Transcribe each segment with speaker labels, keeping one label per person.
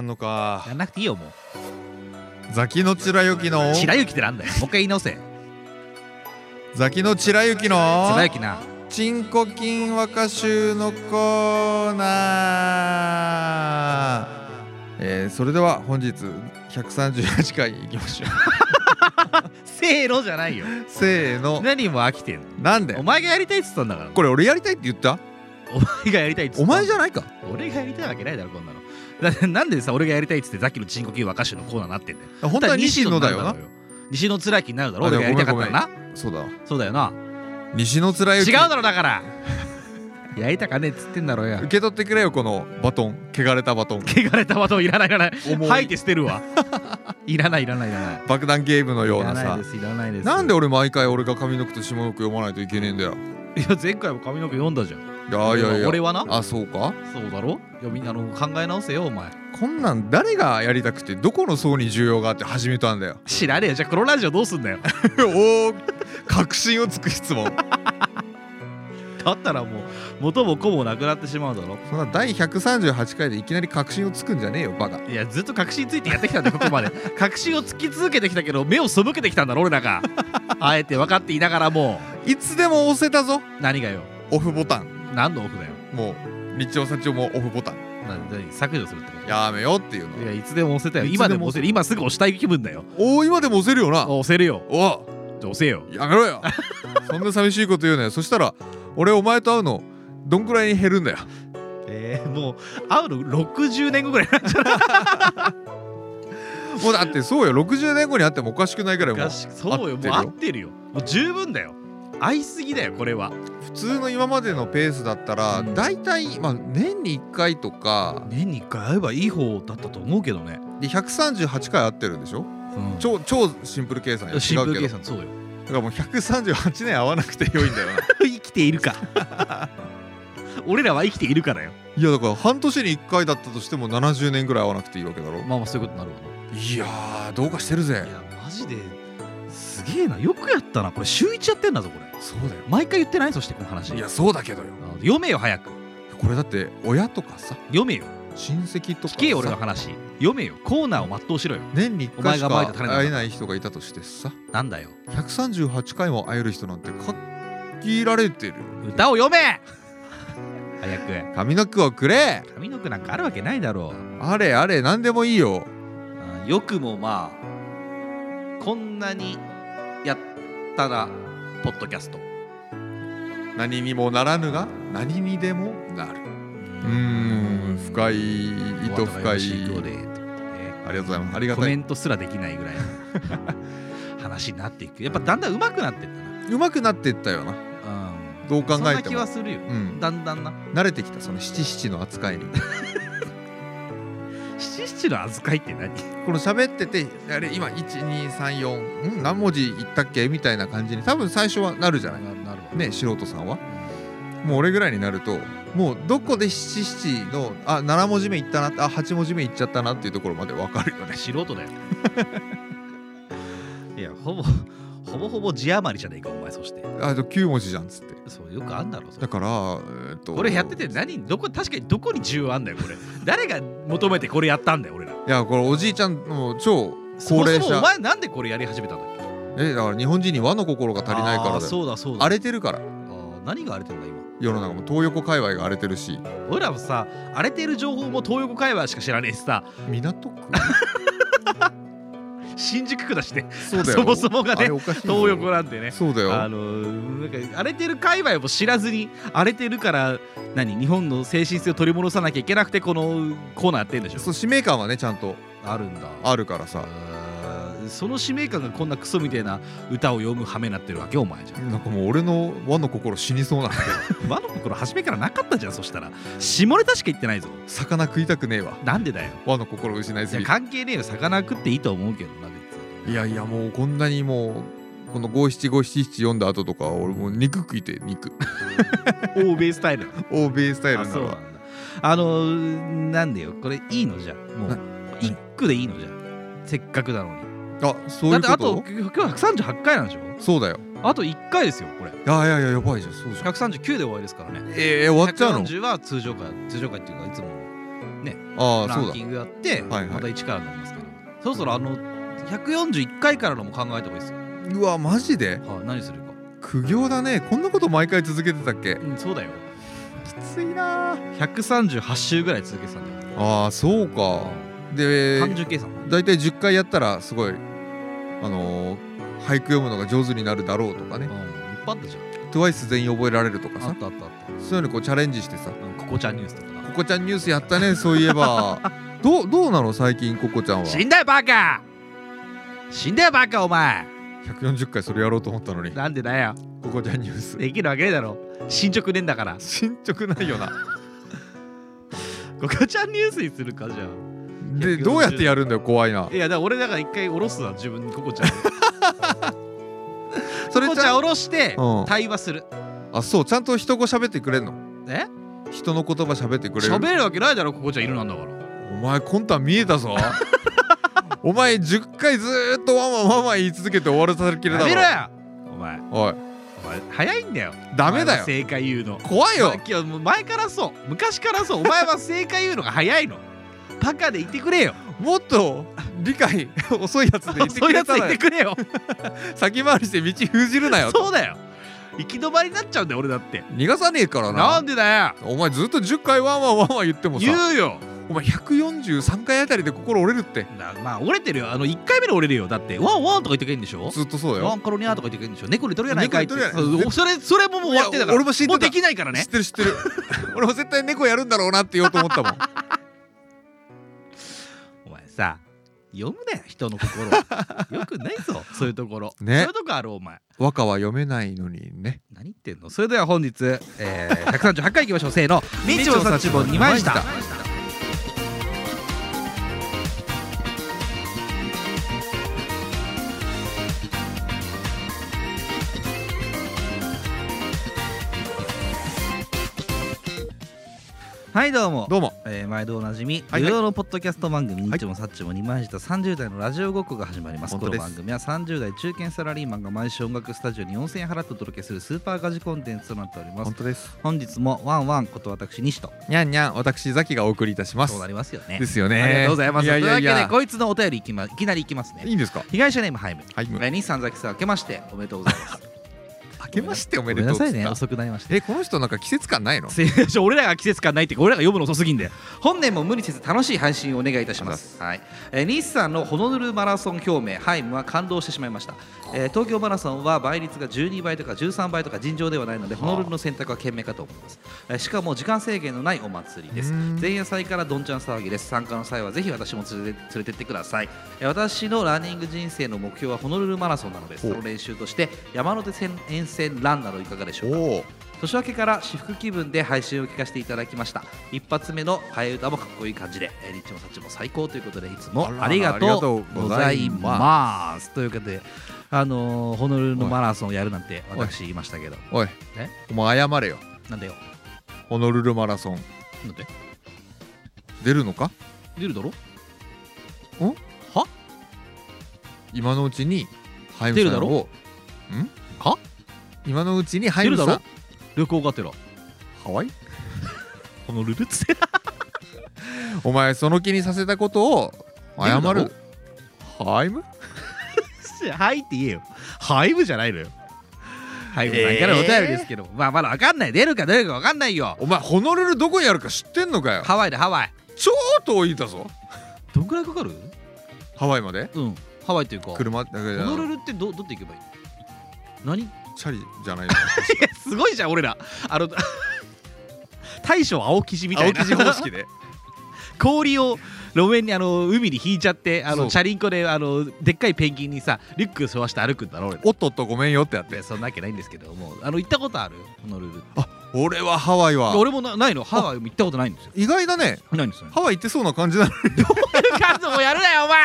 Speaker 1: のか
Speaker 2: やんなくていいよもう
Speaker 1: ザキのちらゆきの
Speaker 2: 白雪ってなんだよもう一回言い直せ
Speaker 1: ザキのちらゆきの
Speaker 2: 白雪な
Speaker 1: チンコキン和歌集のコーナー、えー、それでは本日138回いきましょ う
Speaker 2: せーのじゃないよ
Speaker 1: せーの
Speaker 2: 何も飽きてんの
Speaker 1: なんで
Speaker 2: お前がやりたいっつったんだから
Speaker 1: これ俺やりたいって言った
Speaker 2: お前がやりたいっつった
Speaker 1: お前じ
Speaker 2: ゃ
Speaker 1: ゃないか
Speaker 2: 俺がやりたいわけないだろこんなのだってなんでさ俺がやりたいっつってさっきのチンコキン若手のコーナーなってんだよ
Speaker 1: 本当は西野だよ
Speaker 2: だ
Speaker 1: な
Speaker 2: ったら西野貫になるだろ
Speaker 1: あで
Speaker 2: 俺
Speaker 1: も
Speaker 2: がやりたかったらな
Speaker 1: そうだわ
Speaker 2: そうだよな
Speaker 1: 西野つら
Speaker 2: 違
Speaker 1: ゆ
Speaker 2: う
Speaker 1: き
Speaker 2: だろだからやりたかねえっつってんだろよ
Speaker 1: 受け取ってくれよこのバトン汚れたバト ン
Speaker 2: 汚れたバトンいらないいらない
Speaker 1: 重い
Speaker 2: 吐いて捨て るわいらないいらないいらない
Speaker 1: 爆弾ゲームのようない
Speaker 2: らない
Speaker 1: さ
Speaker 2: ですいらないです
Speaker 1: なんで俺毎回俺が上の句と下の句読まないといけねえんだよ
Speaker 2: いや前回も髪の毛読んだじゃん
Speaker 1: いやいやいや
Speaker 2: 俺はな
Speaker 1: あそうか
Speaker 2: そうだろいやみんなあの考え直せよお前
Speaker 1: こんなん誰がやりたくてどこの層に需要があって始めたんだよ
Speaker 2: 知らねえよじゃあ黒ラジオどうすんだよ
Speaker 1: おお確信をつく質問
Speaker 2: だったらもう元も子もなくなってしまうだろ
Speaker 1: そんな第138回でいきなり確信をつくんじゃねえよバカ
Speaker 2: いやずっと確信ついてやってきたんだよここまで 確信をつき続けてきたけど目を背けてきたんだろ俺らが あえて分かっていながらも
Speaker 1: いつでも押せたぞ
Speaker 2: 何がよ
Speaker 1: オフボタン
Speaker 2: 何のオフだよ
Speaker 1: もう日曜社長もオフボタン
Speaker 2: な何削除するってこと
Speaker 1: やめようっていう
Speaker 2: い
Speaker 1: の
Speaker 2: やいつでも押せたよ
Speaker 1: いつでも
Speaker 2: 今でも押せる今すぐ押したい気分だよ
Speaker 1: おお今でも押せるよな
Speaker 2: 押せるよ
Speaker 1: おお
Speaker 2: じゃあ押せよ
Speaker 1: やめろよ そんな寂しいこと言うなよそしたら俺お前と会うのどんくらいに減るんだよ
Speaker 2: えー、もう会うの60年後ぐらいなんじゃない
Speaker 1: もうだってそうよ60年後に会ってもおかしくないぐらいも
Speaker 2: か
Speaker 1: う
Speaker 2: しそうよもう
Speaker 1: 合
Speaker 2: 合
Speaker 1: っ
Speaker 2: ってるよもう十分だよ会いすぎだよこれは
Speaker 1: 普通の今までのペースだったら
Speaker 2: うん
Speaker 1: 大体、まあ、年に1回とか
Speaker 2: 年に1回会えばいい方だったと思うけどね、
Speaker 1: で138回会ってるんでしょ
Speaker 2: うん
Speaker 1: 超超シンプル計算よ違
Speaker 2: シンプ
Speaker 1: う
Speaker 2: ル
Speaker 1: け
Speaker 2: 計
Speaker 1: ど
Speaker 2: 算そうよ
Speaker 1: だからもう138年会わなくてよいんだよな
Speaker 2: 生きているか 俺らは生きているからよ
Speaker 1: いやだから半年に1回だったとしても70年ぐらい会わなくていいわけだろ
Speaker 2: まあまあそういうことになるわ
Speaker 1: いやーどうかしてるぜ
Speaker 2: ないやマジですげえなよくやったなこれ週一やってんだぞこれ
Speaker 1: そうだよ
Speaker 2: 毎回言ってないそしてこの話
Speaker 1: いやそうだけどよ
Speaker 2: あ読めよ早く
Speaker 1: これだって親とかさ
Speaker 2: 読めよ
Speaker 1: 親戚とかさ
Speaker 2: 聞けよ俺の話読めよコーナーを全うしろよ
Speaker 1: 年に1回し
Speaker 2: お前がまい
Speaker 1: か
Speaker 2: た種だから
Speaker 1: 会えない人がいたとしてさ
Speaker 2: なんだよ
Speaker 1: 138回も会える人なんて限られてる
Speaker 2: 歌を読 め早く
Speaker 1: 髪の句をくれ
Speaker 2: 上の句なんかあるわけないだろ
Speaker 1: あれあれ何でもいいよ
Speaker 2: うあよくもまあこんなにやったらポッドキャスト
Speaker 1: 何にもならぬが何にでもなる
Speaker 2: う
Speaker 1: うーん深い意図深いありがとうございますありが
Speaker 2: コ
Speaker 1: た
Speaker 2: メ
Speaker 1: い
Speaker 2: ントすらできないぐらい の話になっていくやっぱだんだん上手くなってったな
Speaker 1: うまくなってったよな
Speaker 2: うん
Speaker 1: どう考
Speaker 2: そん
Speaker 1: え
Speaker 2: な
Speaker 1: て
Speaker 2: 気
Speaker 1: も
Speaker 2: はするよ
Speaker 1: うん
Speaker 2: だんだんな
Speaker 1: 慣れてきたその七七の扱いに
Speaker 2: 七七の扱いって何
Speaker 1: この喋っててあれ今1234ん何文字言ったっけみたいな感じに多分最初はなるじゃない
Speaker 2: なるほ
Speaker 1: ね素人さんはもう俺ぐらいになるともうどこで七七のあ7文字目いったなあ8文字目いっちゃったなっていうところまで分かるよね
Speaker 2: 素人 だよいやほぼほぼほぼ字余りじゃねえかお前そして
Speaker 1: あと9文字じゃんっつって
Speaker 2: そうよくあんだろそれ
Speaker 1: だから、えーっと
Speaker 2: これやってて何どこ確かにどこに重要あんだよこれ誰が求めてこれやったんだよ俺ら
Speaker 1: いやこれおじいちゃんの超
Speaker 2: そ
Speaker 1: 高
Speaker 2: もそ
Speaker 1: 齢
Speaker 2: も
Speaker 1: 者
Speaker 2: お前なんでこれやり始めたんだっけ
Speaker 1: えだから日本人に和の心が足りないか
Speaker 2: あー
Speaker 1: らだよ
Speaker 2: そうだそうだ
Speaker 1: 荒れてるから
Speaker 2: あー何が荒れてんだ今
Speaker 1: 世の中も東横界隈が荒れてるし
Speaker 2: 俺らもさ荒れてる情報も東横界隈しか知らねえしさ
Speaker 1: 港区
Speaker 2: 新宿区だしね
Speaker 1: そうだよ
Speaker 2: そもそもが
Speaker 1: あれ
Speaker 2: ね
Speaker 1: おかしいよ
Speaker 2: 東横なんてね
Speaker 1: そうだ
Speaker 2: あ
Speaker 1: よ
Speaker 2: のーなんか荒れてる界隈も知らずに荒れてるから何日本の精神性を取り戻さなきゃいけなくてこのコーナーやってんでしょ
Speaker 1: そう使命感はねちゃんと
Speaker 2: あるんだ
Speaker 1: あるからさ
Speaker 2: あーその使命感がこんなクソみたいな歌を読む羽目になってるわけお前じゃん
Speaker 1: なんかもう俺の和の心死にそうなんだけど
Speaker 2: 和の心初めからなかったじゃんそしたら下ネタしか言ってないぞ
Speaker 1: 魚食いたくねえわ
Speaker 2: なんでだよ
Speaker 1: 和の心失い
Speaker 2: い
Speaker 1: す
Speaker 2: や
Speaker 1: ぎて
Speaker 2: 関係ねえよ魚食っていいと思うけどな別に
Speaker 1: いやいやもうこんなにもうこの五七五七七読んだ後とか俺もう肉食いて肉
Speaker 2: 欧米スタイル
Speaker 1: 欧米スタイル
Speaker 2: あ
Speaker 1: な
Speaker 2: そう
Speaker 1: の
Speaker 2: な
Speaker 1: は
Speaker 2: んだあのーなんでよこれいいのじゃあも
Speaker 1: な
Speaker 2: う一句でいいのじゃあせっかくなのに
Speaker 1: あそういう
Speaker 2: だってあ
Speaker 1: こと
Speaker 2: と今日138回なんでしょ
Speaker 1: そうだよ
Speaker 2: あと1回ですよこれ
Speaker 1: いやいやいややばいじゃんそうじゃん
Speaker 2: 139で終わりですからね
Speaker 1: えー、終わっちゃうの
Speaker 2: 140は通常回通常回っていうかいつものね
Speaker 1: ああ
Speaker 2: ラ
Speaker 1: そう
Speaker 2: ン
Speaker 1: だ
Speaker 2: キングやって
Speaker 1: はいはい
Speaker 2: また1からになりますけどそろそろあの141回からのも考えた方がいいですよ、
Speaker 1: うわマジで
Speaker 2: はい、何するか、
Speaker 1: 苦行だねこんなこと毎回続けてたっけ
Speaker 2: うん、そうだよ
Speaker 1: きついなー
Speaker 2: 138週ぐらい続けてたんだよ
Speaker 1: ああそうかで
Speaker 2: 単純計算
Speaker 1: 大体10回やったらすごいあのー俳句読むのが上手になるだろうとか
Speaker 2: うんい
Speaker 1: ね
Speaker 2: っぱいあったじゃん
Speaker 1: TWICE 全員覚えられるとか
Speaker 2: あっ
Speaker 1: さ
Speaker 2: たあったあった
Speaker 1: そういうのにこうチャレンジしてさ
Speaker 2: あのココちゃんニュースとか
Speaker 1: 「ココちゃんニュースやったねそういえ ばどうどうなの最近ココちゃんは
Speaker 2: 死んだよバカ死んだよバカお前
Speaker 1: 140回それやろうと思ったのに
Speaker 2: なんでだよ
Speaker 1: ココちゃんニュース
Speaker 2: できるわけねえだろ進捗ねえんだから
Speaker 1: 進捗ないよ な
Speaker 2: ココちゃんニュースにするかじゃ
Speaker 1: で
Speaker 2: 140
Speaker 1: どうやってやるんだよ怖いな
Speaker 2: あいやだから俺だから一回下ろすわ自分にココ ちゃん
Speaker 1: そ
Speaker 2: コ
Speaker 1: れ
Speaker 2: コ
Speaker 1: ち
Speaker 2: ちゃ
Speaker 1: ゃん
Speaker 2: ん下ろして
Speaker 1: うん
Speaker 2: 対話する
Speaker 1: あそうちゃんと人語喋ってくれんの
Speaker 2: え
Speaker 1: 人の言葉喋ってくれる
Speaker 2: 喋れるわけないだろココちゃんいるなんだから
Speaker 1: お前コンタ見えた ぞお前10回ずーっとワンワンワンワン言い続けて終わらされきれだろ
Speaker 2: やめろやお前
Speaker 1: おい
Speaker 2: お前早いんだよ
Speaker 1: ダメだ
Speaker 2: お前は
Speaker 1: よ
Speaker 2: 正解言うの
Speaker 1: 怖いよ
Speaker 2: いやもう前からそう昔からそうお前は正解言うのが早いのバカで言ってくれよ
Speaker 1: もっと理解 遅いやつで言って
Speaker 2: そう
Speaker 1: く
Speaker 2: いうや
Speaker 1: れ
Speaker 2: つ
Speaker 1: た
Speaker 2: 言っ
Speaker 1: ら
Speaker 2: てくれよ
Speaker 1: 先回りして道封じるなよ
Speaker 2: そうだよ行き止まりになっちゃうんだよ俺だって
Speaker 1: 逃がさねえから
Speaker 2: な
Speaker 1: なん
Speaker 2: でだよ
Speaker 1: お前ずっと10回ワンワンワンワン言ってもさ
Speaker 2: 言うよ
Speaker 1: お前143回あたりで心折れるって
Speaker 2: なまあ折れてるよあの1回目で折れるよだってワンワンとか言ってくれるんでしょ
Speaker 1: ずっとそうだ
Speaker 2: ワ
Speaker 1: よ
Speaker 2: ンコロニャーとか言ってくれるんでしょ猫にとるやないかいって
Speaker 1: 猫に取るやない
Speaker 2: そうそれそれももう終わってたか
Speaker 1: いや
Speaker 2: ら
Speaker 1: 俺も知ってた
Speaker 2: もうできないから
Speaker 1: 知っ
Speaker 2: ね
Speaker 1: てる知ってる 俺も絶対猫やるんだろうなって言おうと思ったもん
Speaker 2: お前さ読むなよ人の 心よくないぞそういうところ、
Speaker 1: ね
Speaker 2: そういうとこあるお前
Speaker 1: 和歌は読めないのにね
Speaker 2: 何言ってんのそれでは本日、えー、138回いきましょうせーの「日曜さちぼん2枚した」はいどうも
Speaker 1: どうも
Speaker 2: えー毎度おなじみ
Speaker 1: はいはい
Speaker 2: 無料のポッドキャスト番組「ニッチもサッチも二枚舌」30代のラジオごっこが始まります
Speaker 1: 本
Speaker 2: こ
Speaker 1: 当
Speaker 2: の
Speaker 1: です
Speaker 2: 番組は30代中堅サラリーマンが毎週音楽スタジオに4000円払ってお届けするスーパーガジコンテンツとなっております
Speaker 1: 本当です
Speaker 2: 本日もワンワンこと私西と
Speaker 1: にゃんにゃん私ザキがお送りいたします
Speaker 2: そうなりますよね
Speaker 1: ですよね
Speaker 2: ありがとうございます
Speaker 1: いやいやい
Speaker 2: というわけ
Speaker 1: や
Speaker 2: でこいつのお便りいき,、ま、いきなりいきます
Speaker 1: い
Speaker 2: ね
Speaker 1: いんですか
Speaker 2: 被害者ネームハイム
Speaker 1: はい
Speaker 2: えー西さんザキさん明けましておめでとうございます
Speaker 1: 明けましてお
Speaker 2: ご
Speaker 1: め
Speaker 2: め
Speaker 1: で
Speaker 2: ん
Speaker 1: とう
Speaker 2: な
Speaker 1: っつっ
Speaker 2: さ
Speaker 1: た
Speaker 2: いね遅くなりました
Speaker 1: えこの人なんか季節感ないの
Speaker 2: すいません俺らが季節感ないっていうか俺らが読むの遅すぎんで本年も無理せず楽しい配信をお願いいたしますはい、えー、西さんのホノルルマラソン表明ハイムは感動してしまいました、えー東京マラソンは倍率が12倍とか13倍とか尋常ではないのでホノルルの選択は賢明かと思います、えーしかも時間制限のないお祭りです
Speaker 1: うん
Speaker 2: 前夜祭からどんちゃん騒ぎです参加の際はぜひ私も連れて連れてってくださいえー私のランニング人生の目標はホノルルマラソンなのです
Speaker 1: ほ
Speaker 2: そうの練習として山手線沿線ランなどいかがでしょうか
Speaker 1: おお
Speaker 2: 年明けから私服気分で配信を聞かせていただきました一発目の替え歌もかっこいい感じでえーリッチもサッチも最高ということでいつも
Speaker 1: あらら
Speaker 2: ありが
Speaker 1: ありがと
Speaker 2: と
Speaker 1: う
Speaker 2: う
Speaker 1: ご
Speaker 2: ご
Speaker 1: ざ
Speaker 2: ざ
Speaker 1: い
Speaker 2: いますということであのーホノルルのマラソンをやるなんて
Speaker 1: おい
Speaker 2: 私言いましたけど
Speaker 1: おい
Speaker 2: え
Speaker 1: お前謝れよ
Speaker 2: なんだよ
Speaker 1: ホノルルマラソン
Speaker 2: なんで
Speaker 1: 出るのか
Speaker 2: 出るだろ
Speaker 1: 今のうちにハイ
Speaker 2: 出
Speaker 1: ム
Speaker 2: る
Speaker 1: さ
Speaker 2: だ
Speaker 1: ん
Speaker 2: ろ
Speaker 1: をんか今のうちにハイ
Speaker 2: 出
Speaker 1: ム
Speaker 2: る
Speaker 1: さ
Speaker 2: だ
Speaker 1: ん
Speaker 2: ろ旅行がてら
Speaker 1: ハワイ
Speaker 2: ホノルルっつって
Speaker 1: お前その気にさせたことを謝
Speaker 2: 出るだ
Speaker 1: るハ イム
Speaker 2: はいって言えよハイブじゃないのよハイブさんからのお便りですけど、まあまだわかんない出るか出るかわかんないよ
Speaker 1: お前ホノルルどこにあるか知ってんのかよ
Speaker 2: ハワイでハワイ
Speaker 1: 超遠いだぞ
Speaker 2: どんくらいかかる
Speaker 1: ハワイまで
Speaker 2: うんハワイというか
Speaker 1: 車だけじゃ
Speaker 2: ホノルルってどどうやって行けばいいの何い
Speaker 1: チャリじゃ ない
Speaker 2: やすごいじゃん俺らあの大将青生地みたいな
Speaker 1: 生地方式で
Speaker 2: 氷を路面にあの海に引いちゃってあ
Speaker 1: そ
Speaker 2: の
Speaker 1: う
Speaker 2: チャリンコであのでっかいペンギンにさリュック背負わして歩くんだろ俺
Speaker 1: おっとっとごめんよってやっ
Speaker 2: い
Speaker 1: て
Speaker 2: やそんなわけないんですけどもうあの行ったことあるホノルル
Speaker 1: 俺はハワイは
Speaker 2: 俺もなないのハワイも行ったことないんですよ
Speaker 1: 意外だね
Speaker 2: ないんですよ
Speaker 1: ハワイ行ってそうな感じだ ね
Speaker 2: カズもやるなよお前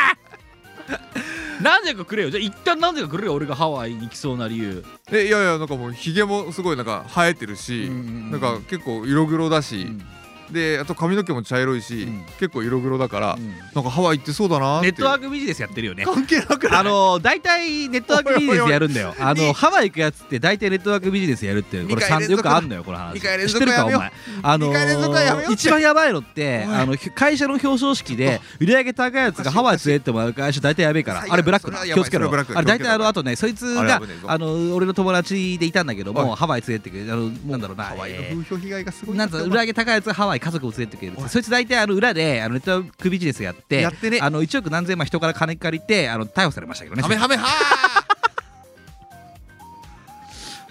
Speaker 2: 何でかくれよじゃあ一旦何でかくれよ俺がハワイに行きそうな理由
Speaker 1: えいやいやなんかもうひげもすごいなんか生えてるし、
Speaker 2: うんうんうん
Speaker 1: なんか結構色黒だし、
Speaker 2: うん
Speaker 1: であと髪の毛も茶色いし、
Speaker 2: うん
Speaker 1: 結構色黒だから、
Speaker 2: うん
Speaker 1: なんかハワイ行ってそうだなーって
Speaker 2: ネ
Speaker 1: い
Speaker 2: ッ
Speaker 1: う
Speaker 2: トワークビジネスやってるよね
Speaker 1: 関係なくない
Speaker 2: あの大体ネットワークビジネスやるんだよ。あ
Speaker 1: おいおい
Speaker 2: のハワイ行くやつって大体ネットワークビジネスやるっていうこれ
Speaker 1: 二回
Speaker 2: 三
Speaker 1: 連
Speaker 2: よ
Speaker 1: 続
Speaker 2: くあんのよこの話。
Speaker 1: 二回連
Speaker 2: 知っ
Speaker 1: 続
Speaker 2: てるかお
Speaker 1: はやめよう
Speaker 2: 前。あの
Speaker 1: 二回連続はやめようって
Speaker 2: 一番やばいのって
Speaker 1: おい
Speaker 2: あの会社の表彰式で売り上げ高いやつがハワイ連れてってもらう会社大体やべえから
Speaker 1: 最悪
Speaker 2: あれブラックだ
Speaker 1: それはやば
Speaker 2: 気
Speaker 1: い
Speaker 2: をつけろよ
Speaker 1: それはブラック
Speaker 2: あれ大体あ
Speaker 1: 気をつけろ
Speaker 2: のあとねそいつ
Speaker 1: あれ
Speaker 2: が
Speaker 1: 危ねえぞ
Speaker 2: あの俺の友達でいたんだけど
Speaker 1: お
Speaker 2: も
Speaker 1: い
Speaker 2: ハワイ連れてってくれあのなんだろうな
Speaker 1: ハワイの
Speaker 2: えー
Speaker 1: 風評被害がすごい
Speaker 2: なんつうの売り上げ高いやつがハワイ家族を連れてくれる
Speaker 1: おい
Speaker 2: そいつ大体あの裏であのネットワークビジネスやって
Speaker 1: やってね
Speaker 2: あの1億何千万人から金借りてあの逮捕されましたけどね
Speaker 1: ハメハメハ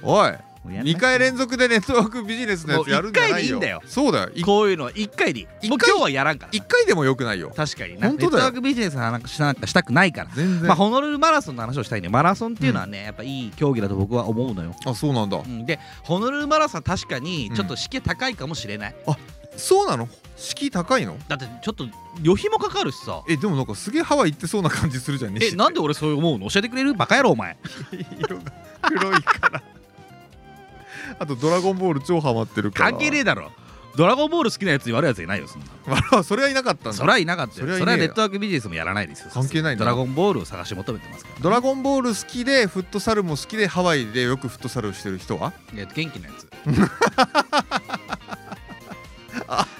Speaker 1: ーおい
Speaker 2: もうやんな
Speaker 1: 2回連続でネットワークビジネスのやつやるんじゃないよ
Speaker 2: もう一回でいいんだよ
Speaker 1: そうだよ1
Speaker 2: こういうのは1回でいいもう
Speaker 1: 一回
Speaker 2: 今日はやらんから
Speaker 1: 回でもよくないよ
Speaker 2: 確かにな
Speaker 1: 本当だよ
Speaker 2: ネットワークビジネスの話なんかしたくないから
Speaker 1: 全然、
Speaker 2: まあホノルルマラソンの話をしたいねマラソンっていうのはね、やっぱいい競技だと僕は思うのよ、
Speaker 1: あそうなんだ
Speaker 2: うんでホノルルマラソンは確かにちょっと敷居高いかもしれない、
Speaker 1: そうなの敷居高いの
Speaker 2: だってちょっと旅費もかかるしさ
Speaker 1: えでもなんかすげえハワイ行ってそうな感じするじゃん
Speaker 2: えなんで俺そう思うの教えてくれるバカ野郎お前
Speaker 1: 色が黒いからあと「ドラゴンボール」超ハマってるから
Speaker 2: 関係ねえだろドラゴンボール好きなやつに悪いやついないよそんな
Speaker 1: まあそれはいなかったん
Speaker 2: そ
Speaker 1: だ
Speaker 2: れはいなかったよそ
Speaker 1: それ
Speaker 2: れ
Speaker 1: はいねえよ
Speaker 2: はネットワークビジネスもやらないですよ
Speaker 1: 関係ないな
Speaker 2: ドラゴンボールを探し求めてます から
Speaker 1: ドラゴンボール好きでフットサルも好きでハワイでよくフットサルをしてる人はい
Speaker 2: や元気な やつ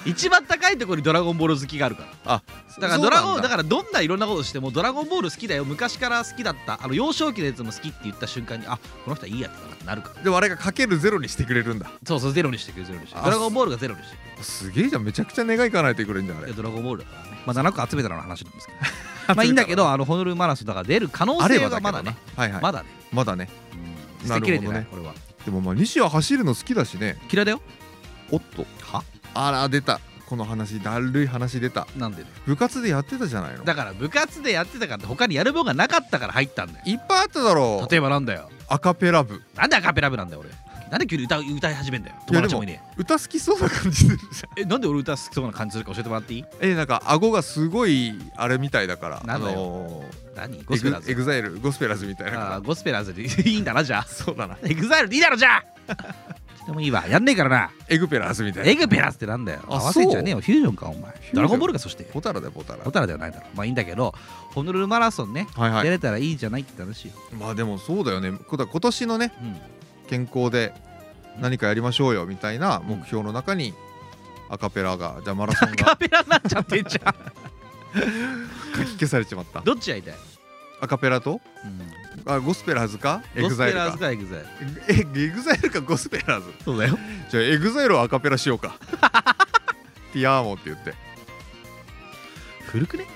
Speaker 2: 一番高いところにドラゴンボール好きがあるから
Speaker 1: あ
Speaker 2: だからドラゴンだ
Speaker 1: か
Speaker 2: からどんないろんなことしてもドラゴンボール好きだよ昔から好きだったあの幼少期のやつも好きって言った瞬間にあこの人はいいやつだなってなるから
Speaker 1: らで我がかけるゼロにしてくれるんだ
Speaker 2: そうそうゼロにしてくれゼロにしてくれ
Speaker 1: あ
Speaker 2: ドラゴンボールがゼロにしてく
Speaker 1: すげえじゃんめちゃくちゃ願いかなえてくれるんじゃんあ
Speaker 2: れい
Speaker 1: れ
Speaker 2: やドラゴンボールだからねまあ7個集めたらの話なんです けどまあいいんだけどあのホノルルマラソンだから出る可能
Speaker 1: あれ
Speaker 2: 性
Speaker 1: ば
Speaker 2: はまだね
Speaker 1: はいはいま
Speaker 2: まだね
Speaker 1: だね
Speaker 2: うん捨
Speaker 1: な
Speaker 2: て
Speaker 1: るほどね
Speaker 2: きれてないこれは
Speaker 1: でもまあ西は走るの好きだしね
Speaker 2: 嫌いだよ
Speaker 1: おっと
Speaker 2: は
Speaker 1: あら出たこの話だるい話出た
Speaker 2: なんでだよ
Speaker 1: 部活でやってたじゃないの
Speaker 2: だから部活でやってたからって他にやる分がなかったから入ったんだよ
Speaker 1: いっぱいあっただろう
Speaker 2: 例えばなんだよ
Speaker 1: アカペラ部
Speaker 2: なんでアカペラ部なんだよ俺なんで急に歌う歌い始めんだよ友達もいね
Speaker 1: 歌好きそうな感じするじゃん
Speaker 2: ええなんで俺歌好きそうな感じするか教えてもらっていい
Speaker 1: えなんか顎がすごいあれみたいだから
Speaker 2: なんだよ
Speaker 1: あの
Speaker 2: 何
Speaker 1: ー、
Speaker 2: ゴ
Speaker 1: エ
Speaker 2: スペラー
Speaker 1: グエ
Speaker 2: ズ
Speaker 1: グザイルゴスペラーズみたいな
Speaker 2: あー
Speaker 1: か
Speaker 2: ゴスペラーズで いいんだなじゃあ
Speaker 1: らそうだな
Speaker 2: エグザイルでいいだろじゃ あでもいいわやんねえからな
Speaker 1: エグペラーズみたい
Speaker 2: エ
Speaker 1: な
Speaker 2: グペラーズってなんだよ合
Speaker 1: あ
Speaker 2: わせんじゃねえよフュージョンかお前
Speaker 1: ジョン
Speaker 2: ドラゴンボールかそして
Speaker 1: ポタラだよポタラ
Speaker 2: ホタラではないだろまあいいんだけどホノルルマラソンね
Speaker 1: はいは
Speaker 2: 出
Speaker 1: い
Speaker 2: れたらいいじゃないって話よ
Speaker 1: まあでもそうだよねこだ今年のね
Speaker 2: うん
Speaker 1: 健康で
Speaker 2: うん
Speaker 1: 何かやりましょうよみたいな目標の中にアカペラがじゃあマラソン
Speaker 2: カ
Speaker 1: が
Speaker 2: ペラになっちゃってんじ ゃん
Speaker 1: 書き消されちまった
Speaker 2: どっちやりたい
Speaker 1: アカペラとあゴスペラーズかエ
Speaker 2: ゴ
Speaker 1: グ
Speaker 2: ス
Speaker 1: ザイ
Speaker 2: ペ
Speaker 1: ル
Speaker 2: ラーズ
Speaker 1: か
Speaker 2: かエグザイル
Speaker 1: えエグザイルかゴスペラーズ
Speaker 2: そうだよ
Speaker 1: じゃあエグザイルをアカペラしよう かティアーモって言って
Speaker 2: 古くね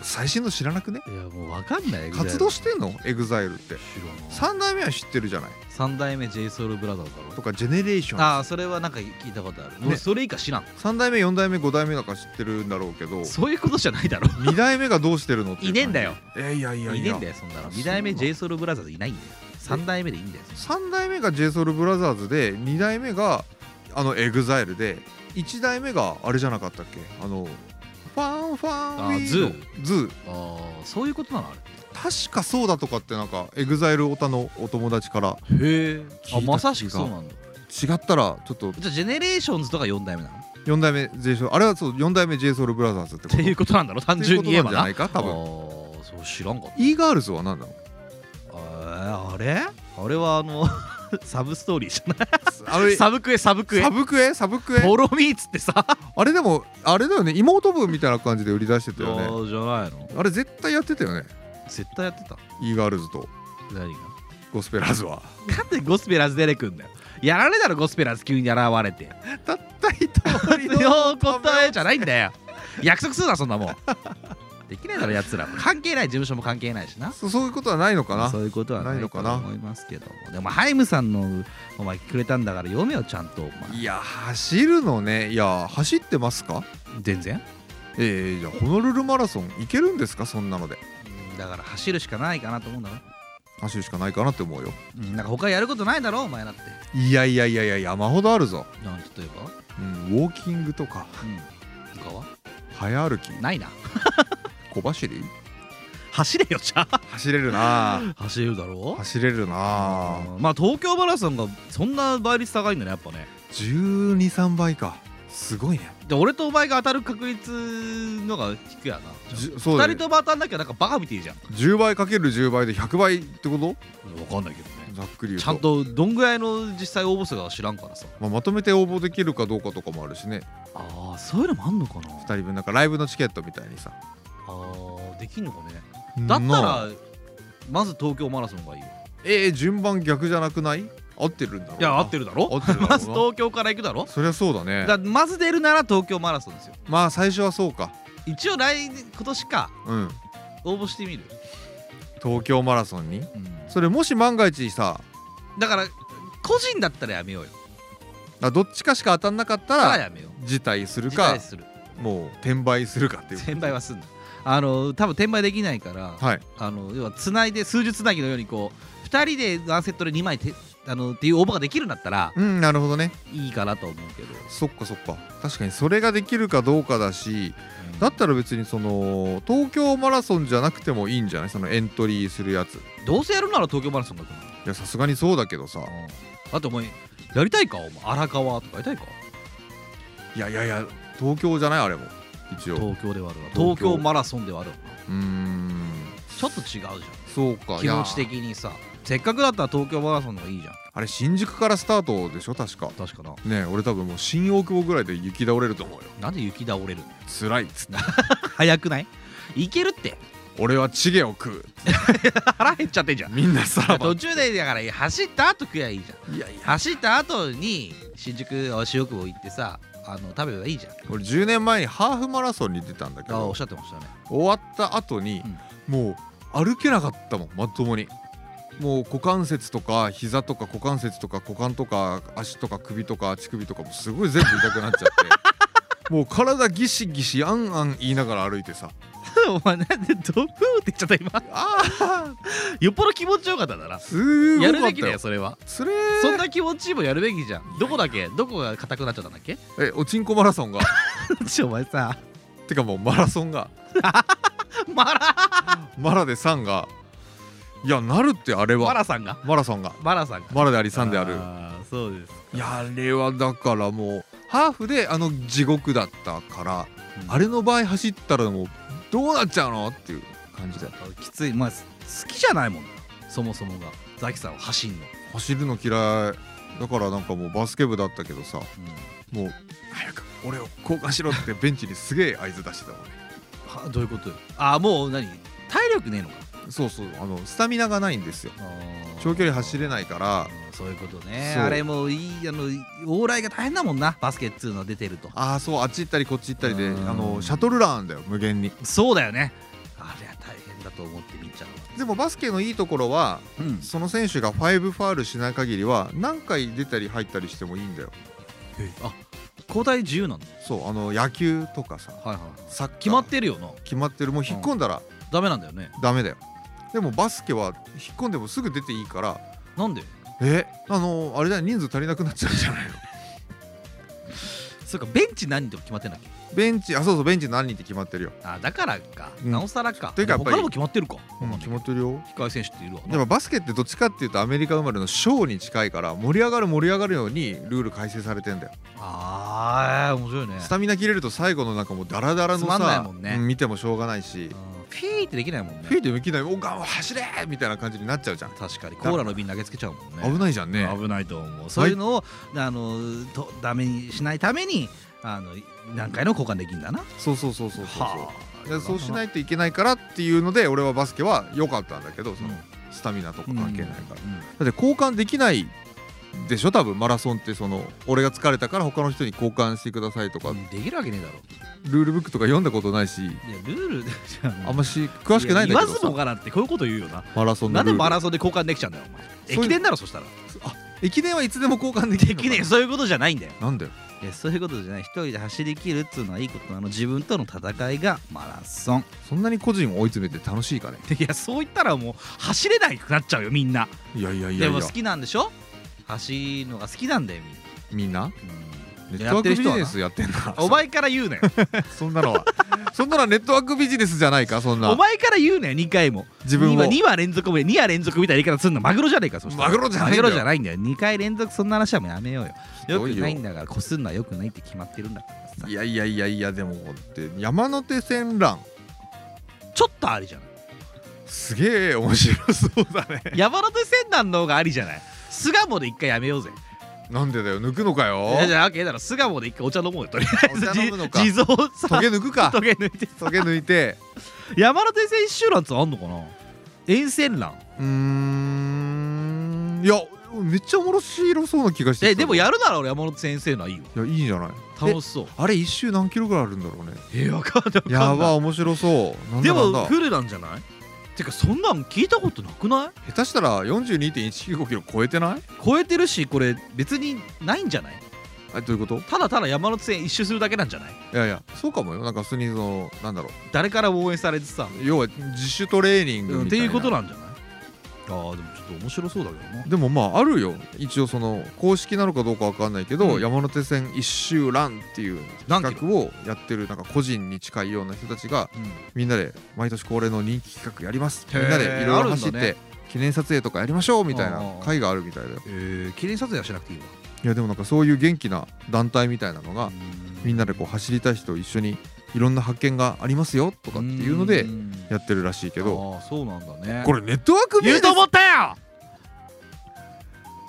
Speaker 1: 最新の知らなくね
Speaker 2: いやもうわかんない
Speaker 1: 活動してんのエグザイルって
Speaker 2: 知ら
Speaker 1: 3代目は知ってるじゃない
Speaker 2: 三代目 j s o u l b r o t h e r だ
Speaker 1: とかジェネレーション
Speaker 2: ああそれはなんか聞いたことある、
Speaker 1: ね
Speaker 2: 俺それ以下知らん
Speaker 1: 3代目4代目5代目だから知ってるんだろうけど
Speaker 2: そういうことじゃないだろ
Speaker 1: 2代目がどうしてるのっていう感じ
Speaker 2: いねえんだよ
Speaker 1: えいやいや
Speaker 2: い
Speaker 1: い
Speaker 2: ねえん
Speaker 1: や
Speaker 2: だよそんなの2代目 j s o u l b r o t h e r いないんだよ3代目でいいんだよ
Speaker 1: 3代目が JSOULBROTHERS で2代目があの EXILE で1代目があれじゃなかったっけあのファンファン
Speaker 2: あ
Speaker 1: ウィ
Speaker 2: ズ
Speaker 1: ーの
Speaker 2: ー
Speaker 1: ズー
Speaker 2: ああそういうことなのあ
Speaker 1: 確かそうだとかってなんか EXILE オタのお友達から
Speaker 2: れへ
Speaker 1: 聞いた気が
Speaker 2: えまさしくそうなんだ
Speaker 1: 違ったらちょっと
Speaker 2: じゃあジェネレーションズとか4代目なのっ
Speaker 1: 4代目 JSOUL あれはそう4代目 JSOULBROTHERS ってこと
Speaker 2: ていうことなんだろ単純に言えばな
Speaker 1: っていうことなんじゃないか
Speaker 2: ああそう知らんかった
Speaker 1: 多分 e-girls は何なの
Speaker 2: あーあれあれはあの サブストーリーじゃな
Speaker 1: あれ
Speaker 2: い サブクエサブクエ
Speaker 1: サブクエサブクエ
Speaker 2: ボロミーっつってさ
Speaker 1: あれでもあれだよね妹分みたいな感じで売り出してたよ
Speaker 2: あ
Speaker 1: ね
Speaker 2: ーじゃないの
Speaker 1: あれ絶対やってたよね
Speaker 2: 絶対やってた
Speaker 1: e ガールズと
Speaker 2: 何が
Speaker 1: ゴスペラーズは
Speaker 2: なんでゴスペラーズ出てくんだよやられたろゴスペラーズ急に現れて
Speaker 1: たった一通り
Speaker 2: よう答えじゃないんだよ約束するなそんなもんできないだろやつら関係ない事務所も関係ないし な
Speaker 1: そうそういうことはないのかな
Speaker 2: そういうことはな
Speaker 1: ないい
Speaker 2: の
Speaker 1: の
Speaker 2: か
Speaker 1: か
Speaker 2: な
Speaker 1: な
Speaker 2: と思いますけどもでもハイムさんのお前くれたんだから読めよちゃんとお前
Speaker 1: いや走るのねいや走ってますか
Speaker 2: 全然
Speaker 1: えー、じゃあホノルルマラソン行けるんですかそんなので
Speaker 2: だから走るしかないかなと思うんだろ、
Speaker 1: 走るしかないかなって思うよ
Speaker 2: うん、なんか他やることないだろお前だって
Speaker 1: いやいやいやいや山ほどあるぞ、
Speaker 2: なん例えば
Speaker 1: うん、ウォーキングとか
Speaker 2: うん他は
Speaker 1: 早歩き
Speaker 2: ないな
Speaker 1: 小走り
Speaker 2: 走れよじゃあ
Speaker 1: 走れるなあ
Speaker 2: 走れるだろう
Speaker 1: 走れるなあ
Speaker 2: まあ東京マラソンがそんな倍率高いんだねやっぱね
Speaker 1: 1 2 3倍かすごいね
Speaker 2: で俺とお前が当たる確率のが低いやな
Speaker 1: じゅそうだ
Speaker 2: 2
Speaker 1: よね
Speaker 2: 人とも当たんなきゃなんかバカみていじゃん
Speaker 1: 10倍かける10倍で100倍ってこと
Speaker 2: 分かんないけどね
Speaker 1: ざっくり言うと
Speaker 2: ちゃんとどんぐらいの実際応募数が知らんからさ
Speaker 1: まあ、まとめて応募できるかどうかとかもあるしね
Speaker 2: ああそういうのもあんのかな
Speaker 1: 2人分なんかライブのチケットみたいにさ
Speaker 2: ああできんのかねだった
Speaker 1: なあ
Speaker 2: らまず東京マラソンがいいよ
Speaker 1: えー、順番逆じゃなくない合ってるんだろう
Speaker 2: い
Speaker 1: い
Speaker 2: や合ってるだろ
Speaker 1: 合ってるだろうな
Speaker 2: まず 東京から行くだろ
Speaker 1: そりゃそうだね
Speaker 2: だからまず出るなら東京マラソンですよ
Speaker 1: まあ最初はそうか
Speaker 2: 一応来年今年か
Speaker 1: うん
Speaker 2: 応募してみる、
Speaker 1: 東京マラソンにそれもし万が一さ
Speaker 2: だから個人だったらやめようよ
Speaker 1: あどっちかしか当たんなかった
Speaker 2: あ
Speaker 1: ら
Speaker 2: やめよう
Speaker 1: 辞退する
Speaker 2: 辞退
Speaker 1: か
Speaker 2: する
Speaker 1: もう転売するかっていう
Speaker 2: 転売はすんなあの多分転売できないから、
Speaker 1: はい
Speaker 2: あの要はつないで数字つなぎのようにこう2人でワンセットで2枚てあのっていう応募ができるんだったら
Speaker 1: うんなるほどね
Speaker 2: いいかなと思うけど、
Speaker 1: そっかそっか確かにそれができるかどうかだしだったら別にその東京マラソンじゃなくてもいいんじゃないそのエントリーするやつい
Speaker 2: どうせやるなら東京マラソンだと思う
Speaker 1: やさすがにそうだけどさ
Speaker 2: だってお前やりたいかお前荒川とかやりたいか
Speaker 1: いやいやいや東京じゃないあれも一応う
Speaker 2: 東京ではあるわ
Speaker 1: 東京
Speaker 2: 東京マラソンではあるわ
Speaker 1: ーん
Speaker 2: ちょっと違うじゃん
Speaker 1: そうかい
Speaker 2: 気
Speaker 1: や
Speaker 2: 持ち的にさせっかくだったら東京マラソンの方がいいじゃん
Speaker 1: あれ新宿からスタートでしょ確か
Speaker 2: 確かな
Speaker 1: ねえ俺多分もう新大久保ぐらいで雪倒れると思うよ
Speaker 2: なんで雪倒れるの
Speaker 1: 辛いっつって
Speaker 2: 早くないいけるって
Speaker 1: 俺はチゲを食う
Speaker 2: 腹減っちゃって んじゃん
Speaker 1: みんなさらば
Speaker 2: 途中でだから走った後食えばいいじゃん
Speaker 1: いやいや
Speaker 2: 走った後に新宿あ新大久保行ってさあの食べればいいじゃん
Speaker 1: 俺10年前にハーフマラソンに出たんだけ
Speaker 2: あお
Speaker 1: ど
Speaker 2: っしゃってましたね
Speaker 1: 終わった後に、もう歩けなかったもんまともにもう股関節とか膝とか股関節とか股間とか足とか首とか乳首とかもすごい全部痛くなっちゃ ってもう体ギシギシあんあん言いながら歩いてさ
Speaker 2: お前なんでドブーって言っちゃった今
Speaker 1: ああ
Speaker 2: よっぽど気持ちよかったんだな
Speaker 1: すご
Speaker 2: や
Speaker 1: い
Speaker 2: るべきだよそれは
Speaker 1: それ
Speaker 2: そんな気持ちもやるべきじゃんどこだっけどこが硬くなっちゃったんだっけ
Speaker 1: えおちんこマラソンが
Speaker 2: ちょお前さ
Speaker 1: てかもうマラソンが
Speaker 2: マラ
Speaker 1: マラでさんがいやなるってあれ
Speaker 2: マ
Speaker 1: は
Speaker 2: ラさんが
Speaker 1: マラソンが
Speaker 2: マラさんが
Speaker 1: マラでありさんである
Speaker 2: あーそうです
Speaker 1: いやあれはだからもうハーフであの地獄だったから、
Speaker 2: うん
Speaker 1: あれの場合走ったらもうどうなっちゃうのっていう感じで
Speaker 2: きついまあす好きじゃないもんなそもそもがザキさんは走んの、
Speaker 1: 走るの嫌いだからなんかもうバスケ部だったけどさもう早く俺を交換しろってベンチにすげえ合図出してたもんね
Speaker 2: はどういうことよああもう何体力ねえのか
Speaker 1: そうそうあのスタミナがないんですよ
Speaker 2: あー
Speaker 1: 長距離走れないから
Speaker 2: うんそういうことね
Speaker 1: そう
Speaker 2: あれもいいあの往来が大変だもんなバスケっつうのは出てると
Speaker 1: ああそうあっち行ったりこっち行ったりであ
Speaker 2: うん
Speaker 1: のシャトルランだよ無限に
Speaker 2: そうだよねあれは大変だと思って見ちゃうわ
Speaker 1: でもバスケのいいところは
Speaker 2: うん
Speaker 1: その選手が5ファールしない限りは何回出たり入ったりしてもいいんだよ
Speaker 2: あ交代自由なの
Speaker 1: そうあの野球とかさ
Speaker 2: はいはい
Speaker 1: サッカー
Speaker 2: 決まってるよな
Speaker 1: 決まってるもう引っ込んだら
Speaker 2: ダメなんだよね
Speaker 1: ダメだよ、でもバスケは引っ込んでもすぐ出ていいから
Speaker 2: なんで
Speaker 1: えあのあれだよ人数足りなくなっちゃうんじゃ ないの
Speaker 2: そうかベンチ何人とか決まってんだっけ
Speaker 1: ベンチあそうそうベンチ何人って決まってるよ、
Speaker 2: あだからか、
Speaker 1: うん
Speaker 2: なおさらか
Speaker 1: ていうかやっぱり
Speaker 2: 他のも決まってるか、
Speaker 1: うん、決まってるよ
Speaker 2: 控え選手っているわな
Speaker 1: でもバスケってどっちかっていうとアメリカ生まれのショーに近いから盛り上がる盛り上がるようにルール改正されてんだよ
Speaker 2: あー面白いね
Speaker 1: スタミナ切れると最後のなんかもうダラダラのさ
Speaker 2: つまんないもんね
Speaker 1: う見てもしょうがないし
Speaker 2: うんフィーってできないもん
Speaker 1: フィ
Speaker 2: ね
Speaker 1: ーで向きないおがん走れみたいな感じになっちゃうじゃん、
Speaker 2: 確かにコーラの瓶投げつけちゃうもんね
Speaker 1: 危ないじゃんね
Speaker 2: 危ないと思うそういうのを、あのとダメにしないためにあの何回の交換できるんだな
Speaker 1: そうそうそうそうそうそう
Speaker 2: は
Speaker 1: でそうしないいといけないからっていうので俺はバスケは良かったんだけどその
Speaker 2: うん
Speaker 1: スタミナとか関係ないから、
Speaker 2: うん
Speaker 1: だって交換できないでしょ多分マラソンってその俺が疲れたから他の人に交換してくださいとか、
Speaker 2: うんできるわけねえだろ
Speaker 1: ルールブックとか読んだことないし
Speaker 2: いやルール じゃ
Speaker 1: あんまし詳しくないんだけ
Speaker 2: 言
Speaker 1: ど
Speaker 2: わずも
Speaker 1: さ
Speaker 2: がなってこういうこと言うよな
Speaker 1: マラソン
Speaker 2: な
Speaker 1: のルー
Speaker 2: んで
Speaker 1: ル
Speaker 2: マラソンで交換できちゃうんだよお
Speaker 1: そう
Speaker 2: 前
Speaker 1: いう
Speaker 2: 駅伝だろそしたら
Speaker 1: 駅伝はいつでも交換できる
Speaker 2: で
Speaker 1: のか
Speaker 2: きねえそういうことじゃないんだよ
Speaker 1: なんだよ
Speaker 2: いやそういうことじゃない一人で走りきるっつうのはいいことなの自分との戦いがマラソン
Speaker 1: そんなに個人を追い詰めて楽しいかね
Speaker 2: いやそう言ったらもう走れなくなっちゃうよみんない
Speaker 1: やいやいや
Speaker 2: で
Speaker 1: い
Speaker 2: も
Speaker 1: や
Speaker 2: 好きなんでしょ走るのが好きなんだよみんな
Speaker 1: みんなネット
Speaker 2: や
Speaker 1: ワ
Speaker 2: っ
Speaker 1: ーク
Speaker 2: て
Speaker 1: ビ
Speaker 2: る人
Speaker 1: ジ
Speaker 2: はな
Speaker 1: ネスやってんだ
Speaker 2: お前から言うなよ
Speaker 1: そんなのはそんなのはネットワークビジネスじゃないかそんな
Speaker 2: お前から言うなよ2回も
Speaker 1: 自分を
Speaker 2: 今2話連続目2話連続みたいな言い方するのマグロじゃねえかそしたら
Speaker 1: マグロじゃないんだよ
Speaker 2: マグロじゃないんだよ2回連続そんな話はもうやめようよよく
Speaker 1: い
Speaker 2: ないんだからこすんのはよくないって決まってるんだからさ
Speaker 1: いやいやいやいやでもって山手線ラン
Speaker 2: ちょっとありじゃない
Speaker 1: すげえ面白そうだね
Speaker 2: 山手線なんの方がありじゃない巣鴨で一回やめようぜ
Speaker 1: なんでだよ抜くのかよ
Speaker 2: いやじゃあ OK だろ巣鴨で一回お茶飲もうよとりあえず
Speaker 1: お茶飲むのか
Speaker 2: 地蔵
Speaker 1: ト
Speaker 2: さ
Speaker 1: ゲ抜くか
Speaker 2: トゲ抜いてさ
Speaker 1: トゲ抜いて
Speaker 2: 山手線一周覧ってあんのかな沿線欄
Speaker 1: うーんいやめっちゃ面白そうな気がしてき
Speaker 2: え
Speaker 1: た
Speaker 2: でもやるなら俺山手線沿線欄いいよ
Speaker 1: いやいいじゃない
Speaker 2: 楽
Speaker 1: え
Speaker 2: しそう
Speaker 1: あれ一周何キロぐらいあるんだろうね
Speaker 2: えわかんない
Speaker 1: やば
Speaker 2: わ
Speaker 1: 面白そうな
Speaker 2: かんない
Speaker 1: ん
Speaker 2: で
Speaker 1: だなん
Speaker 2: も
Speaker 1: だ
Speaker 2: フルなんじゃないてかそんなん聞いたことなくない
Speaker 1: 下手したら42.195キロ超えてない
Speaker 2: 超えてるしこれ別にないんじゃない
Speaker 1: あどういうこと
Speaker 2: ただただ山手線一周するだけなんじゃない
Speaker 1: いやいやそうかもよなんか普通にそのなんだろ
Speaker 2: 誰からも応援されてさ、
Speaker 1: う要は自主トレーニングみ
Speaker 2: って
Speaker 1: たいな、
Speaker 2: いうことなんじゃないあーでもちょっと面白そうだけどな
Speaker 1: でもまああるよ一応その公式なのかどうかわかんないけど、
Speaker 2: うん
Speaker 1: 山手線一周ランっていう
Speaker 2: 何
Speaker 1: 企画をやってるなんか個人に近いような人たちがみんなで毎年恒例の人気企画やります
Speaker 2: へー
Speaker 1: みんなでいろいろ走
Speaker 2: あ
Speaker 1: っ
Speaker 2: るん
Speaker 1: て、
Speaker 2: だね
Speaker 1: 記念撮影とかやりましょうみたい
Speaker 2: あ
Speaker 1: な
Speaker 2: ー
Speaker 1: 会があるみたいだよ
Speaker 2: えー、記念撮影はしなくていいわ
Speaker 1: いやでもなんかそういう元気な団体みたいなのがみんなでこう走りたい人と一緒にいろんな発見がありますよとかっていうのでやってるらしいけど
Speaker 2: ああーそうなんだね
Speaker 1: これネットワークビジ
Speaker 2: 言
Speaker 1: ネ
Speaker 2: う
Speaker 1: ス
Speaker 2: と思ったよ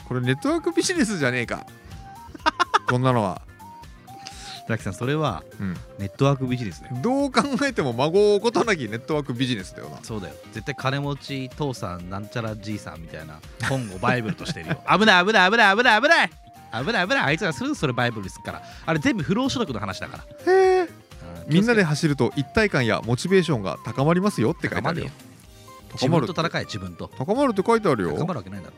Speaker 1: これネットワークビジネスじゃねえ かこんなのは、
Speaker 2: ザキさんそれは
Speaker 1: うん、
Speaker 2: ネットワークビジネスだよ
Speaker 1: どう考えても孫をことなきネットワークビジネスだよな
Speaker 2: そうだよ絶対金持ち父さんなんちゃらじいさんみたいな本をバイブルとしてるよ 危ない危ない危ない危ない危ない危ない危ないあいつらするぞそれバイブルにすっからあれ全部不労所得の話だから
Speaker 1: へえ
Speaker 2: う
Speaker 1: みんなで走ると一体感やモチベーションが高まりますよって書いてあるよ
Speaker 2: 自
Speaker 1: 高ま
Speaker 2: 分
Speaker 1: る
Speaker 2: と戦え自分と
Speaker 1: 高まるって書いてある
Speaker 2: 頑張
Speaker 1: よ
Speaker 2: るわけないだろ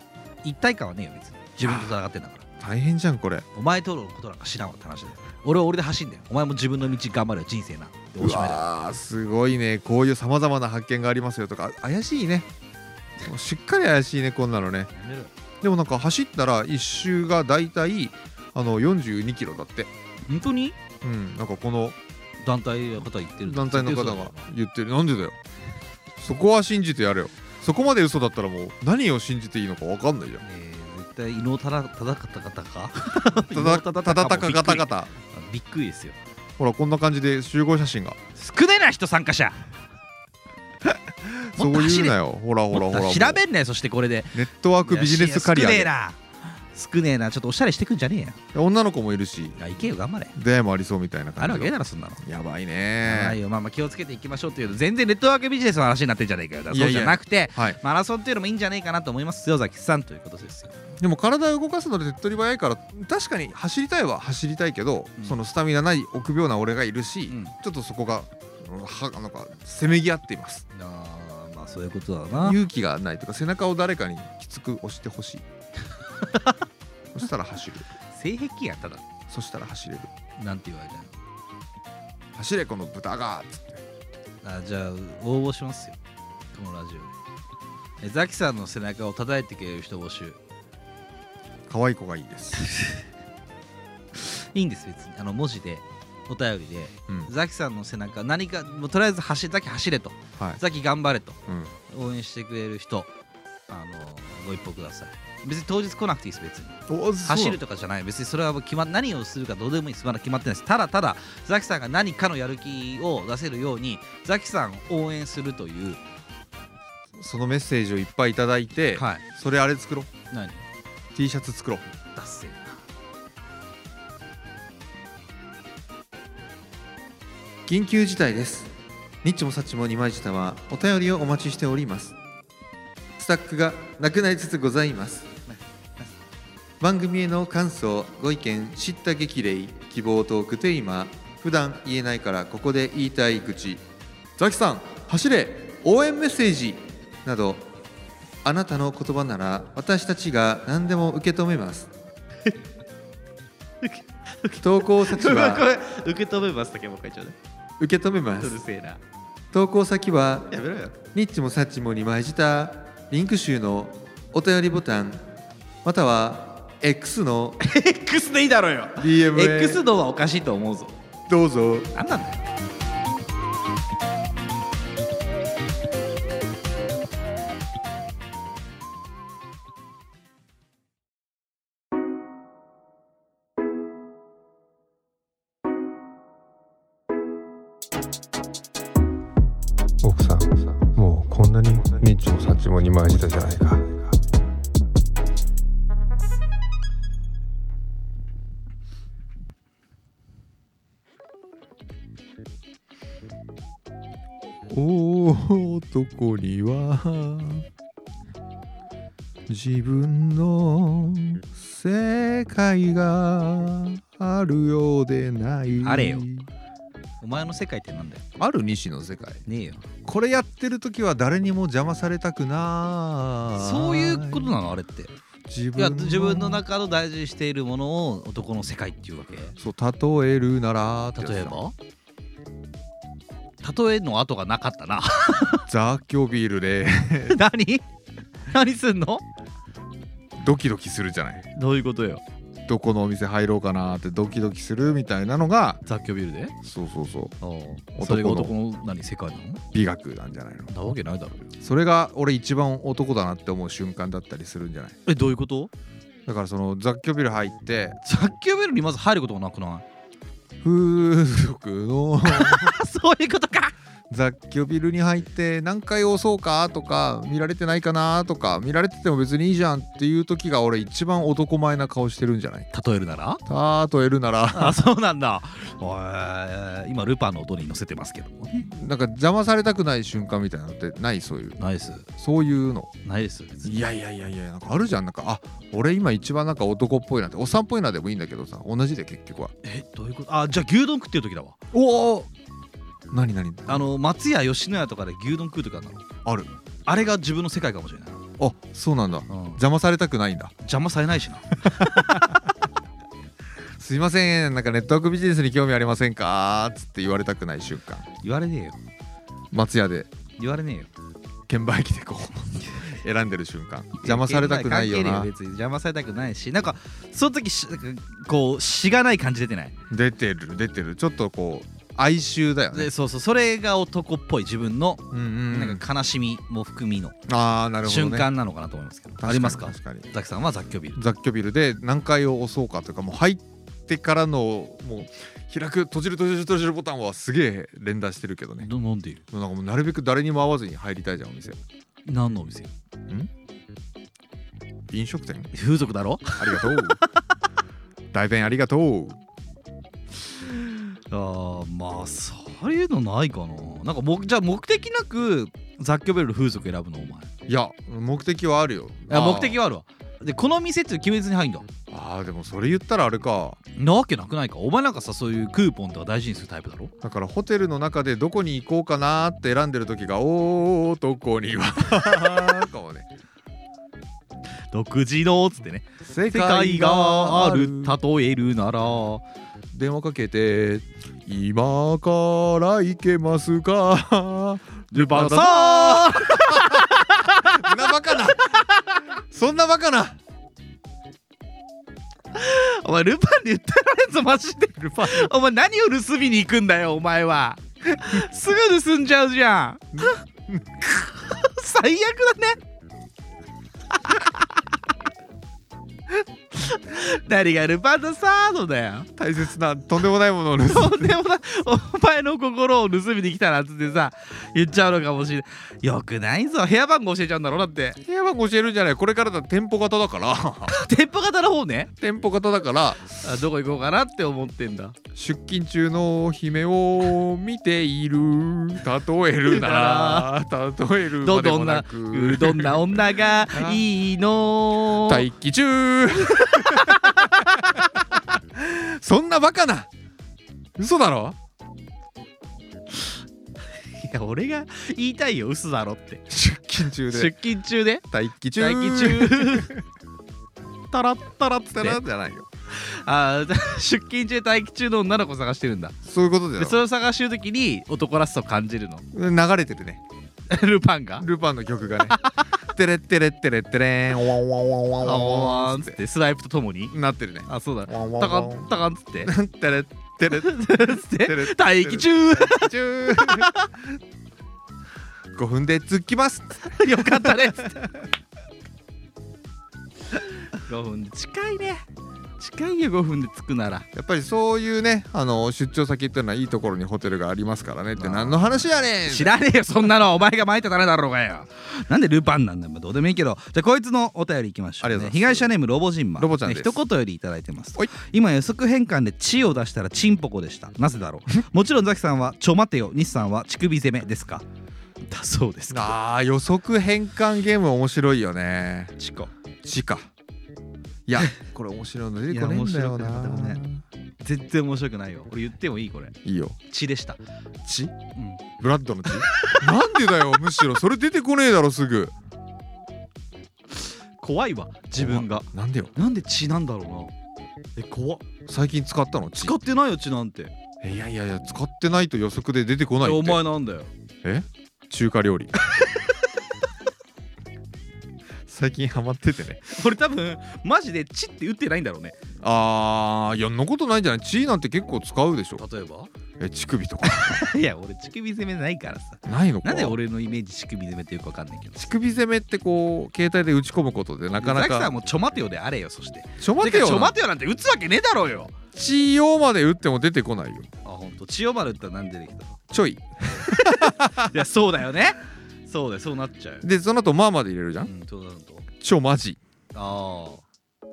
Speaker 2: 一体感はねえよ別に自分と戦ってんだから
Speaker 1: 大変じゃんこれ
Speaker 2: お前とのことなんか知らんわって話で俺は俺で走んだよお前も自分の道頑張れよ人生なでお
Speaker 1: う
Speaker 2: しまいだよ
Speaker 1: わーすごいねこういうさまざまな発見がありますよとか怪しいねもうしっかり怪しいねこんなのね
Speaker 2: やめろよ
Speaker 1: でもなんか走ったら一周がだいたいあの42キロだって
Speaker 2: 本当に
Speaker 1: うんなんかこの
Speaker 2: 団体の方言ってる
Speaker 1: 団体の方
Speaker 2: 絶対
Speaker 1: が
Speaker 2: 嘘だよ
Speaker 1: 言ってるなんでだよそこは信じてやれよそこまで嘘だったらもう何を信じていいのか分かんないじゃん
Speaker 2: えー絶対伊能忠忠敬方か 伊
Speaker 1: た
Speaker 2: 能
Speaker 1: だ
Speaker 2: 忠敬も
Speaker 1: ただたかがたがた
Speaker 2: びっくりですよ
Speaker 1: ほらこんな感じで集合写真が
Speaker 2: 少ねえな人参加者
Speaker 1: そ
Speaker 2: もっと
Speaker 1: う
Speaker 2: 走
Speaker 1: 言う
Speaker 2: れ
Speaker 1: なよほらほらほら
Speaker 2: もっ
Speaker 1: もう
Speaker 2: と調べんねそしてこれで
Speaker 1: ネットワークビジネスカリア
Speaker 2: いや
Speaker 1: で
Speaker 2: 少ねえな少ねえなちょっとおしゃれしてくんじゃねえよ
Speaker 1: 女の子もいるし
Speaker 2: いや行けよ頑張れ
Speaker 1: 出会いもありそうみたいな
Speaker 2: ある
Speaker 1: 感
Speaker 2: わ
Speaker 1: じ
Speaker 2: けねえ
Speaker 1: で
Speaker 2: だろそんなの
Speaker 1: やばい
Speaker 2: はい
Speaker 1: ね
Speaker 2: よまあまあ気をつけていきましょうという全然ネットワークビジネスの話になってんじゃねえかよだからそう
Speaker 1: い
Speaker 2: じ
Speaker 1: やい
Speaker 2: ゃ
Speaker 1: や
Speaker 2: なくて
Speaker 1: はい
Speaker 2: マラソンっていうのもいいんじゃねえかなと思いますよザキさんということですよ
Speaker 1: でも体を動かすので手っ取り早いから確かに走りたいは走りたいけど、
Speaker 2: うん
Speaker 1: そのスタミナない臆病な俺がいるし、
Speaker 2: うん
Speaker 1: ちょっとそこがうんはなんかせめぎ合っています
Speaker 2: あーまあそういうことだな
Speaker 1: 勇気がないというか背中を誰かにきつく押してほ しいそしたら走る
Speaker 2: 性癖やったら
Speaker 1: そしたら走れる
Speaker 2: なんて言われたの
Speaker 1: 走れこの豚がつって
Speaker 2: あじゃあ応募しますよこのラジオでえザキさんの背中を叩いてくれる人募集
Speaker 1: 可愛い子がいいです、
Speaker 2: いいんです別にあの文字でお便りで
Speaker 1: うん
Speaker 2: ザキさんの背中何かもうとりあえず走ザキ走れと
Speaker 1: はい、
Speaker 2: ザキ頑張れと
Speaker 1: うん、
Speaker 2: 応援してくれる人あのご一報ください別に当日来なくていいです別に
Speaker 1: お
Speaker 2: 走るとかじゃない別にそれはもう決ま何をするかどうでもいいですまだ決まってないですただただザキさんが何かのやる気を出せるようにザキさんを応援するという
Speaker 1: そのメッセージをいっぱいいただいて、
Speaker 2: はい
Speaker 1: それあれ作ろう
Speaker 2: 何
Speaker 1: T シャツ作ろう
Speaker 2: 達成な
Speaker 1: 緊急事態ですニッチもサッチも二枚舌はお便りをお待ちしておりますスタックがなくなりつつございます番組への感想ご意見知った激励希望トークテーマ普段言えないからここで言いたい口ザキさん走れ応援メッセージなどあなたの言葉なら私たちが何でも受け止め ます 投稿先は
Speaker 2: れ受け止めます竹も会長ね
Speaker 1: 受け止めます
Speaker 2: せえな
Speaker 1: 投稿先は
Speaker 2: やめろよ
Speaker 1: ニッチもサッチも2枚舌リンク集のお便りボタンまたは X の
Speaker 2: X でいいだろうよ
Speaker 1: DM へ
Speaker 2: X 度はおかしいと思うぞ
Speaker 1: どうぞ
Speaker 2: なんなんだよ
Speaker 3: 奥さんもうこんなにみちもさちもに回したじゃないか
Speaker 1: お男には自分の世界があるようでない
Speaker 2: あれよお前の世界ってなんだよ
Speaker 1: ある西の世界
Speaker 2: ねえよ
Speaker 1: これやってる時は誰にも邪魔されたくない
Speaker 2: そういうことなのあれって
Speaker 1: 自分
Speaker 2: いや自分の中の大事にしているものを男の世界っていうわけ
Speaker 1: そう例えるならってやつだ
Speaker 2: 例えば例えの後がなかったな
Speaker 1: 雑居ビールで
Speaker 2: 何 何すんの
Speaker 1: ドキドキするじゃない
Speaker 2: どういうことよ
Speaker 1: どこのお店入ろうかなってドキドキするみたいなのが
Speaker 2: 雑居ビルで
Speaker 1: そうそうそう
Speaker 2: お
Speaker 1: の
Speaker 2: それが男の何世界なの
Speaker 1: 美学なんじゃないの
Speaker 2: なわけないだろうよ
Speaker 1: それが俺一番男だなって思う瞬間だったりするんじゃない
Speaker 2: えどういうこと
Speaker 1: だからその雑居ビル入って
Speaker 2: 雑居ビルにまず入ることがなくない
Speaker 1: 風俗の
Speaker 2: あ そういうことか
Speaker 1: 雑居ビルに入って何回押そうかとか見られてないかなとか見られてても別にいいじゃんっていう時が俺一番男前な顔してるんじゃない
Speaker 2: 例えるなら
Speaker 1: 例えるなら
Speaker 2: あそうなんだおい今ルパンの音に乗せてますけどもね
Speaker 1: なんか邪魔されたくない瞬間みたいなのってないそういう
Speaker 2: ナイス
Speaker 1: そういうの
Speaker 2: ナイス別に
Speaker 1: いやいやいやいやなんかあるじゃんなんかあ俺今一番なんか男っぽいなっておっさんっぽいなでもいいんだけどさ同じで結局は
Speaker 2: えどういうことあじゃあ牛丼食ってる時だわ
Speaker 1: おお何何
Speaker 2: あの松屋吉野家とかで牛丼食う時あるの
Speaker 1: ある
Speaker 2: あれが自分の世界かもしれない、
Speaker 1: あそうなんだ
Speaker 2: うん、
Speaker 1: 邪魔されたくないんだ
Speaker 2: 邪魔されないしな
Speaker 1: すいませんなんかネットワークビジネスに興味ありませんかつって言われたくない瞬間
Speaker 2: 言われねえよ
Speaker 1: 松屋で
Speaker 2: 言われねえよ
Speaker 1: 券売機でこう 選んでる瞬間邪魔されたくないよな
Speaker 2: 関係ねえ別に邪魔されたくないしなんかその時しなんかこうしがない感じ出てない
Speaker 1: 出てる出てるちょっとこう哀愁だよね
Speaker 2: でそうそうそれが男っぽい自分の
Speaker 1: うんうん
Speaker 2: なんか悲しみも含みの
Speaker 1: ああなるほど、ね、
Speaker 2: 瞬間なのかなと思いますけど、
Speaker 1: 確に
Speaker 2: ありますか
Speaker 1: 確かに
Speaker 2: ザキさんは雑居ビル
Speaker 1: 雑居ビルで何階を押そうかというかもう入ってからのもう開く閉じる閉じる閉じるボタンはすげえ連打してるけどね
Speaker 2: ど飲んでいる
Speaker 1: なんかもうなるべく誰にも会わずに入りたいじゃんお店
Speaker 2: 何のお店
Speaker 1: 飲食店
Speaker 2: 風俗だろ
Speaker 1: ありがと う代弁ありがとう
Speaker 2: あーまあそういうのないかななんかもうじゃあ目的なく雑居ビルの風俗選ぶのお前い
Speaker 1: いや目的はあるよ
Speaker 2: や
Speaker 1: あー
Speaker 2: 目的はあるわでこの店って決めずに入んだ
Speaker 1: あーでもそれ言ったらあれか
Speaker 2: なわけなくないかお前なんかさそういうクーポンとか大事にするタイプだろ
Speaker 1: だからホテルの中でどこに行こうかなーって選んでる時がおー男にはかもね
Speaker 2: 独自のっつってね
Speaker 1: 世
Speaker 2: 世界がある例えるなら
Speaker 1: 電話かけて今から行けます か
Speaker 2: ル
Speaker 1: パンだぞ
Speaker 2: さ
Speaker 1: そんなバカなそんなバカな
Speaker 2: ーお前ルパンで言ってられんぞマジで
Speaker 1: ルパン
Speaker 2: お前何を盗みに行くんだよお前はすぐ盗んじゃうじゃん最悪だね何がルパンださーのだよ
Speaker 1: 大切なとんでもないものを盗
Speaker 2: とんでもないお前の心を盗みに来たなっつってさ言っちゃうのかもしれないよくないぞ部屋番号教えちゃうんだろだって
Speaker 1: 部屋番号教えるんじゃないこれからだ店舗型だから
Speaker 2: 鉄砲型の方ね
Speaker 1: 店舗型だから
Speaker 2: あどこ行こうかなって思ってんだ
Speaker 1: 出勤中の姫を見ている例える なら例える
Speaker 2: ど
Speaker 1: まで
Speaker 2: ど
Speaker 1: も
Speaker 2: ん
Speaker 1: な
Speaker 2: な
Speaker 1: く
Speaker 2: どんな 女がいいの
Speaker 1: 待機中 そんなバカな嘘だろ
Speaker 2: いや俺が言いたいよ嘘だろって
Speaker 1: 出勤中で
Speaker 2: 出勤中で
Speaker 1: 待機中
Speaker 2: 待機中 タラッタラッつ
Speaker 1: た
Speaker 2: って
Speaker 1: らじゃないよ
Speaker 2: あ ー出勤中待機中の女の子探してるんだ
Speaker 1: そういうことだ
Speaker 2: で
Speaker 1: よ
Speaker 2: それを探してる時に男らしさを感じる
Speaker 1: 流
Speaker 2: の
Speaker 1: れてるね
Speaker 2: ルパンが
Speaker 1: ルパンの曲がね「テレッテレッテレッテレーンワンワンワンワ
Speaker 2: あ
Speaker 1: ンワ
Speaker 2: ー
Speaker 1: ンワ
Speaker 2: わ
Speaker 1: ン」っ
Speaker 2: ーん
Speaker 1: つ
Speaker 2: つ
Speaker 1: っ
Speaker 2: ってスライプとともに
Speaker 1: てなってるね
Speaker 2: あそうだ
Speaker 1: ワンワン
Speaker 2: タカ
Speaker 1: ワン
Speaker 2: ンタカンつって
Speaker 1: テレッ テレッ
Speaker 2: つって
Speaker 1: テレッ
Speaker 2: 待機中よ
Speaker 1: チュー5分で着きます
Speaker 2: か ったねつって5分近いね近いよ5分で着くなら
Speaker 1: やっぱりそういうねあの出張先っていうのはいいところにホテルがありますからねって
Speaker 2: あー
Speaker 1: 何の話やねん
Speaker 2: 知らねえよそんなのお前が巻いた種だろうがよなんでルパンなんだよまあどうでもいいけどじゃあこいつのお便りいきましょう,、
Speaker 1: あり
Speaker 2: ね、
Speaker 1: がとうございます
Speaker 2: 被害者ネームロボジンマン
Speaker 1: ロボちゃんです
Speaker 2: ね一言よりいただいてます
Speaker 1: おい
Speaker 2: 今予測変換で「チ」を出したら「チンポコ」でしたなぜだ ろうもちろんザキさんは「ちょ待てよ」西さんは「乳首攻め」ですかだそうですか
Speaker 1: あー予測変換ゲーム面白いよね
Speaker 2: チコ
Speaker 1: ちかいやこれ面白いの出てこねえんだよない
Speaker 2: や面白くなかった全然面白くないよ俺言ってもいいこれ
Speaker 1: いいよ
Speaker 2: 「チ」でした、
Speaker 1: 血
Speaker 2: うん、
Speaker 1: ブラッドの血なんでだよむしろそれ出てこねえだろすぐ
Speaker 2: 怖いわ自分が
Speaker 1: なんでよ
Speaker 2: なんで「チ」なんだろうなえ怖っ
Speaker 1: 最近使ったの血
Speaker 2: 使ってないよ「チ」なんて
Speaker 1: いやいやいや使ってないと予測で出てこない
Speaker 2: え
Speaker 1: って
Speaker 2: お前なんだよ
Speaker 1: え中華 料理最近ハマっててね
Speaker 2: 俺多分マジで「チ」って打ってないんだろうね
Speaker 1: あーいやんなことないんじゃない血なんて結構使うでしょ
Speaker 2: 例えば
Speaker 1: え乳首とか
Speaker 2: いや俺乳首攻めないからさ
Speaker 1: ないのか
Speaker 2: なんで俺のイメージ乳首攻めってよくわかんないけど
Speaker 1: 乳首攻めってこう携帯で打ち込むことでなかな
Speaker 2: ザキさんは
Speaker 1: か
Speaker 2: もうちょ待てよであれよそして
Speaker 1: ちょ待て
Speaker 2: てか
Speaker 1: よ
Speaker 2: ちょ
Speaker 1: な
Speaker 2: 待てよなんて打つわけねえだろうよ
Speaker 1: 血用まで打っても出てこないよ
Speaker 2: あ本当千代丸ってなんでできたの
Speaker 1: ちょい
Speaker 2: いやそうだよねそうだよそうなっちゃうよ
Speaker 1: でその後まあまで入れるじゃ
Speaker 2: うんんそうなると
Speaker 1: ちょマジ
Speaker 2: ああ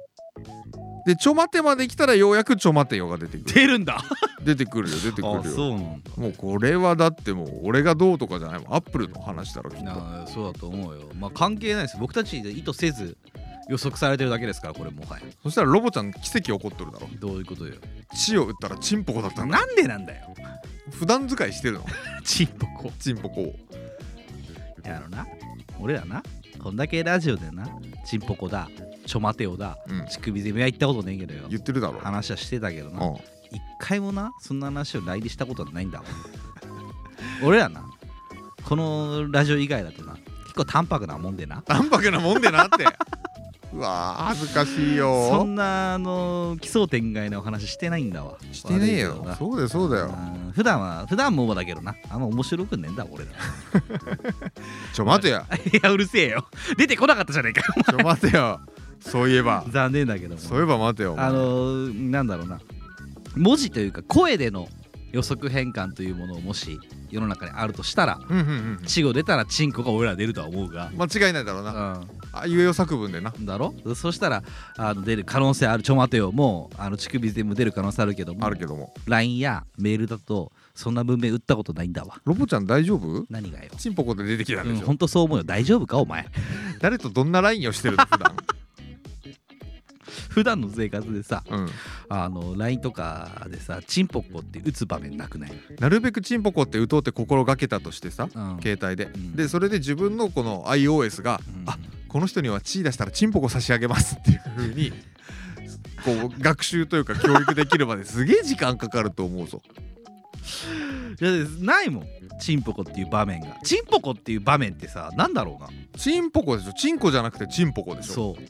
Speaker 1: でちょ待てまで来たらようやくちょ待てよが出てくる
Speaker 2: 出るんだあ
Speaker 1: 出てくるよ出てくるよ
Speaker 2: うなんだ
Speaker 1: もうこれはだってもう俺がどうとかじゃないもんアップルの話だろきっと
Speaker 2: なあそうだと思うよまあ関係ないです僕たちで意図せず予測されてるだけですからこれもはや
Speaker 1: そしたらロボちゃん奇跡起こっとるだろ
Speaker 2: どういうことよ
Speaker 1: 血を打ったらチンポコだったんだ
Speaker 2: なんでなんだよ
Speaker 1: 普段使い してるの
Speaker 2: チンポコ
Speaker 1: チンポコを
Speaker 2: やろな俺らなこんだけラジオでなチンポコだちょ待てよだ、
Speaker 1: うん
Speaker 2: 乳首攻めは言ったことねえけどよ
Speaker 1: 言ってるだろ
Speaker 2: 話はしてたけどな
Speaker 1: うん
Speaker 2: 一回もなそんな話を来日したことはないんだわ俺らなこのラジオ以外だとな結構淡白なもんでな
Speaker 1: 淡白なもんでなって うわー恥ずかしい
Speaker 2: そ
Speaker 1: よ
Speaker 2: んなあの奇想天外なお話してないんだわ
Speaker 1: してねえ
Speaker 2: 悪いけ
Speaker 1: よ
Speaker 2: どな
Speaker 1: そうだよそうだよ
Speaker 2: うん普段は普段もだけどなあんま面白くねえんだわ俺らい
Speaker 1: ちょ待 てよ
Speaker 2: やうるせえよ出てこなかったじゃねえか
Speaker 1: ちょ待てよそういえば
Speaker 2: 残念だけども
Speaker 1: そういえば待てよ
Speaker 2: あのーなんだろうな文字というか声での予測変換というものをもし世の中にあるとしたら
Speaker 1: うんうんうん
Speaker 2: 「チ」語出たら「チンコ」が俺ら出るとは思うが、
Speaker 1: 間違いないだろうな
Speaker 2: う、
Speaker 1: あいうえお作文でなん
Speaker 2: だろそしたらあの出る可能性ある「ちょ待てよ」もうあの乳首全部出る可能性あるけども
Speaker 1: あるけども
Speaker 2: LINE やメールだとそんな文明打ったことないんだわ
Speaker 1: ロボちゃん大丈夫
Speaker 2: 何がよ、
Speaker 1: チンポコで出てきたん
Speaker 2: う
Speaker 1: で
Speaker 2: ん、
Speaker 1: しょ
Speaker 2: 本当そう思うよ大丈夫かお前
Speaker 1: 誰とどんなラインをしてるの普段
Speaker 2: 普段の生活でさ
Speaker 1: うん
Speaker 2: あの LINE とかでさ「チンポッコ」って打つ場面なくない、
Speaker 1: なるべくチンポコって打とうって心がけたとしてさ
Speaker 2: うん
Speaker 1: 携帯で
Speaker 2: ん
Speaker 1: でそれで自分のこの iOS が
Speaker 2: うん
Speaker 1: あこの人には地位出したらチンポコ差し上げますっていう風にこう学習というか教育できるまですげえ時間かかると思うぞ
Speaker 2: いやないもんチンポコっていう場面がチンポコっていう場面ってさなんだろうな
Speaker 1: チンポコでしょチンコじゃなくてチンポコでしょ
Speaker 2: そう